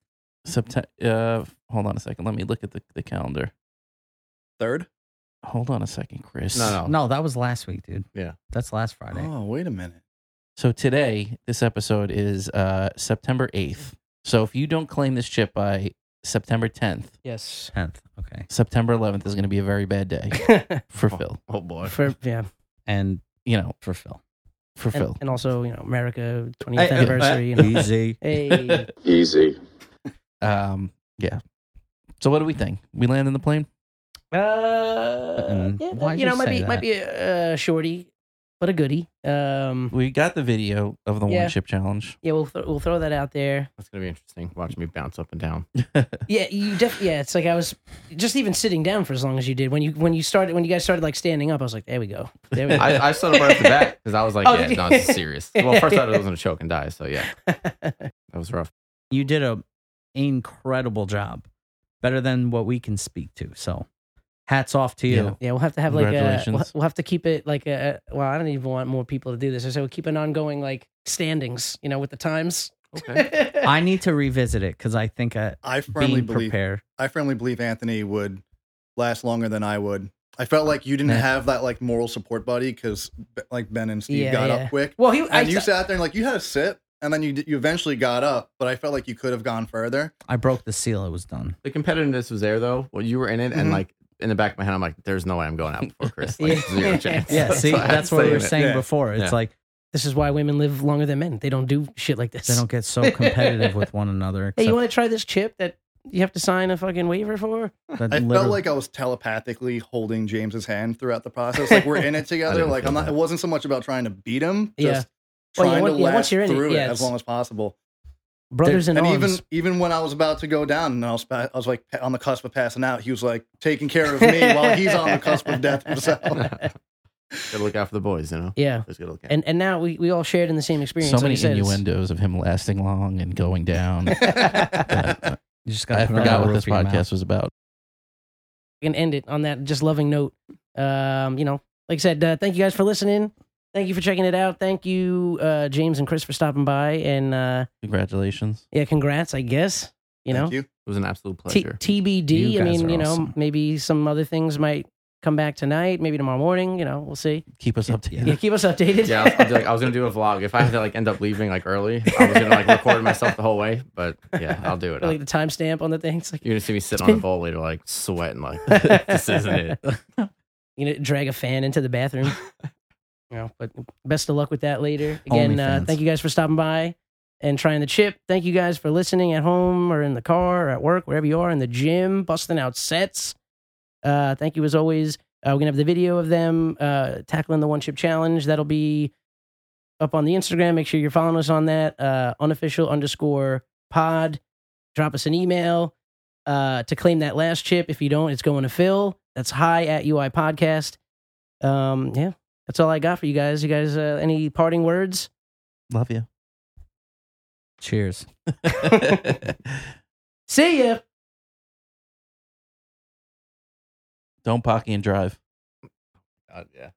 Speaker 7: September. Uh, hold on a second. Let me look at the, the calendar.
Speaker 6: Third.
Speaker 7: Hold on a second, Chris.
Speaker 8: No, no.
Speaker 5: No, that was last week, dude.
Speaker 8: Yeah.
Speaker 5: that's last Friday.
Speaker 6: Oh, wait a minute.
Speaker 7: So today, this episode is uh, September 8th. So if you don't claim this chip by September 10th,
Speaker 4: *laughs* Yes.
Speaker 5: Tenth. Okay.
Speaker 7: September 11th is going to be a very bad day for Phil.
Speaker 8: Oh boy.
Speaker 4: For yeah,
Speaker 5: And
Speaker 7: You know,
Speaker 5: for Phil.
Speaker 7: for
Speaker 4: and,
Speaker 7: Phil.
Speaker 4: and also you know America 20th
Speaker 5: Hey, uh,
Speaker 4: anniversary.
Speaker 5: *laughs*
Speaker 7: *laughs*
Speaker 4: you know.
Speaker 5: Easy.
Speaker 4: *laughs* Hey, uh,
Speaker 9: Easy.
Speaker 7: Um, yeah. So what do we think? We land in the plane?
Speaker 4: uh,
Speaker 7: Mm-hmm.
Speaker 5: Mm,
Speaker 4: yeah,
Speaker 5: why'd
Speaker 4: you know,
Speaker 5: you
Speaker 4: might
Speaker 5: say
Speaker 4: be might
Speaker 5: that?
Speaker 4: be a, a shorty, but a goodie. Um,
Speaker 7: We got the video of the
Speaker 4: Yeah.
Speaker 7: one chip challenge.
Speaker 4: yeah, we'll th- we'll throw that out there.
Speaker 8: That's gonna be interesting. Watch me bounce up and down.
Speaker 4: Yeah, you def- yeah, it's like I was just even sitting down for as long as you did. When you when you started when you guys started like standing up, I was like, there we go. There
Speaker 7: *laughs*
Speaker 4: we go.
Speaker 8: I, I stood up right off the bat because I was like,
Speaker 4: Oh,
Speaker 8: yeah,
Speaker 4: did
Speaker 8: no,
Speaker 4: you?
Speaker 8: this is serious. Well, first I thought it was gonna choke and die, so yeah, that was rough.
Speaker 5: You did a incredible job. Better than what we can speak to. So, hats off to you.
Speaker 4: *laughs* yeah, we'll have to have like a we'll,
Speaker 7: Congratulations.
Speaker 4: we'll have to keep it like a well, I don't even want more people to do this. So we'll keep an ongoing like standings, you know, with the times.
Speaker 8: Okay.
Speaker 4: *laughs*
Speaker 5: *laughs* I need to revisit it because I think I,
Speaker 6: I firmly
Speaker 5: being
Speaker 6: believe
Speaker 5: prepared.
Speaker 6: I firmly believe Anthony would last longer than I would. I felt like you didn't
Speaker 5: Yeah.
Speaker 6: have that like moral support buddy because like Ben and Steve
Speaker 4: Yeah,
Speaker 6: got
Speaker 4: yeah.
Speaker 6: up quick,
Speaker 4: well, he I,
Speaker 6: and you sat there and like you had a sip, and then you d- you eventually got up, but I felt like you could have gone further.
Speaker 5: I broke the seal. It
Speaker 6: *laughs*
Speaker 5: was done.
Speaker 8: *laughs* The competitiveness was there though. Well, you were in it, and
Speaker 6: Mhm.
Speaker 8: like in the back of my head, I'm like, there's no way I'm going out before Chris. Like
Speaker 4: Yeah.
Speaker 8: zero chance. *laughs*
Speaker 5: Yeah. See,
Speaker 8: why I'm
Speaker 5: that's what we were
Speaker 8: saying it.
Speaker 5: saying
Speaker 6: Yeah.
Speaker 5: before. It's
Speaker 8: Yeah.
Speaker 5: like
Speaker 4: this is why women live longer than men. They don't do shit like this.
Speaker 5: they don't
Speaker 6: *laughs*
Speaker 5: get so competitive with one
Speaker 4: *laughs*
Speaker 5: another.
Speaker 4: hey,
Speaker 5: except
Speaker 4: you want to try this chip that you have to sign a fucking waiver for?
Speaker 5: that
Speaker 6: I felt
Speaker 5: literally-
Speaker 6: like I was telepathically holding James's hand throughout the process. Like
Speaker 4: *laughs*
Speaker 6: we're in it together.
Speaker 8: didn't
Speaker 6: like
Speaker 8: feel
Speaker 6: I'm not.
Speaker 8: that.
Speaker 6: It wasn't so much about trying to beat him.
Speaker 4: Yeah.
Speaker 6: Just
Speaker 4: Well, yeah,
Speaker 6: Trying
Speaker 4: once-
Speaker 6: to
Speaker 4: yeah,
Speaker 6: last
Speaker 4: once you're in it,
Speaker 6: through it,
Speaker 4: yeah,
Speaker 6: as
Speaker 4: it's-
Speaker 6: long as possible,
Speaker 4: Brothers in
Speaker 6: and
Speaker 4: arms.
Speaker 6: even even when I was about to go down, and I was pa- I was like pa- on the cusp of passing out, he was like taking
Speaker 4: *laughs*
Speaker 6: care of me while he's on the cusp of death himself.
Speaker 8: Gotta look out for the boys, you know.
Speaker 4: yeah.
Speaker 8: Just gotta look out.
Speaker 4: And and now we, we all shared in the same experience.
Speaker 7: So
Speaker 4: like
Speaker 7: many
Speaker 4: I said, it's-
Speaker 7: innuendos of him lasting long and
Speaker 4: *laughs*
Speaker 7: going down.
Speaker 6: *laughs*
Speaker 7: I
Speaker 5: you just got.
Speaker 7: forgot what this podcast was about.
Speaker 4: we can end it on that just loving note. Um, you know, like I said, uh, thank you guys for listening. Thank you for checking it out. Thank you, uh, James and Chris, for stopping by. And uh,
Speaker 7: Congratulations.
Speaker 4: yeah, congrats, I guess. You know,
Speaker 6: Thank you.
Speaker 8: It was an absolute
Speaker 4: T-
Speaker 8: pleasure.
Speaker 4: TBD.
Speaker 5: You
Speaker 4: I
Speaker 5: guys
Speaker 4: mean,
Speaker 5: are
Speaker 4: you know,
Speaker 5: awesome.
Speaker 4: maybe some other things might come back tonight, maybe tomorrow morning. You know, we'll see.
Speaker 7: Keep us up to
Speaker 4: Yeah, keep us updated.
Speaker 8: yeah, I was, I
Speaker 4: *laughs*
Speaker 8: was like, I was gonna do a vlog. If I had to like end up leaving like early, I was gonna like record myself the whole way. But yeah, I'll do it.
Speaker 4: like the timestamp on the thing. It's like
Speaker 8: You're gonna see me sit on a bowl later, like sweating, like *laughs* this isn't it.
Speaker 4: *laughs* you know, drag a fan into the bathroom. you know, but best of luck with that later. Again, uh,
Speaker 5: OnlyFans.
Speaker 4: thank you guys for stopping by and trying the chip. Thank you guys for listening at home or in the car or at work, wherever you are, in the gym, busting out sets. Uh, thank you as always. Uh, we're gonna have the video of them uh, tackling the one chip challenge. That'll be up on the Instagram. Make sure you're following us on that. Uh, unofficial underscore pod. Drop us an email uh, to claim that last chip. If you don't, it's going to Phil. That's hi at UI Podcast. Um, yeah, that's all I got for you guys. You guys, uh, any parting words? *laughs*
Speaker 7: Love you.
Speaker 5: Cheers.
Speaker 4: See ya.
Speaker 7: *laughs* Don't pocky and drive.
Speaker 8: God, Uh, yeah.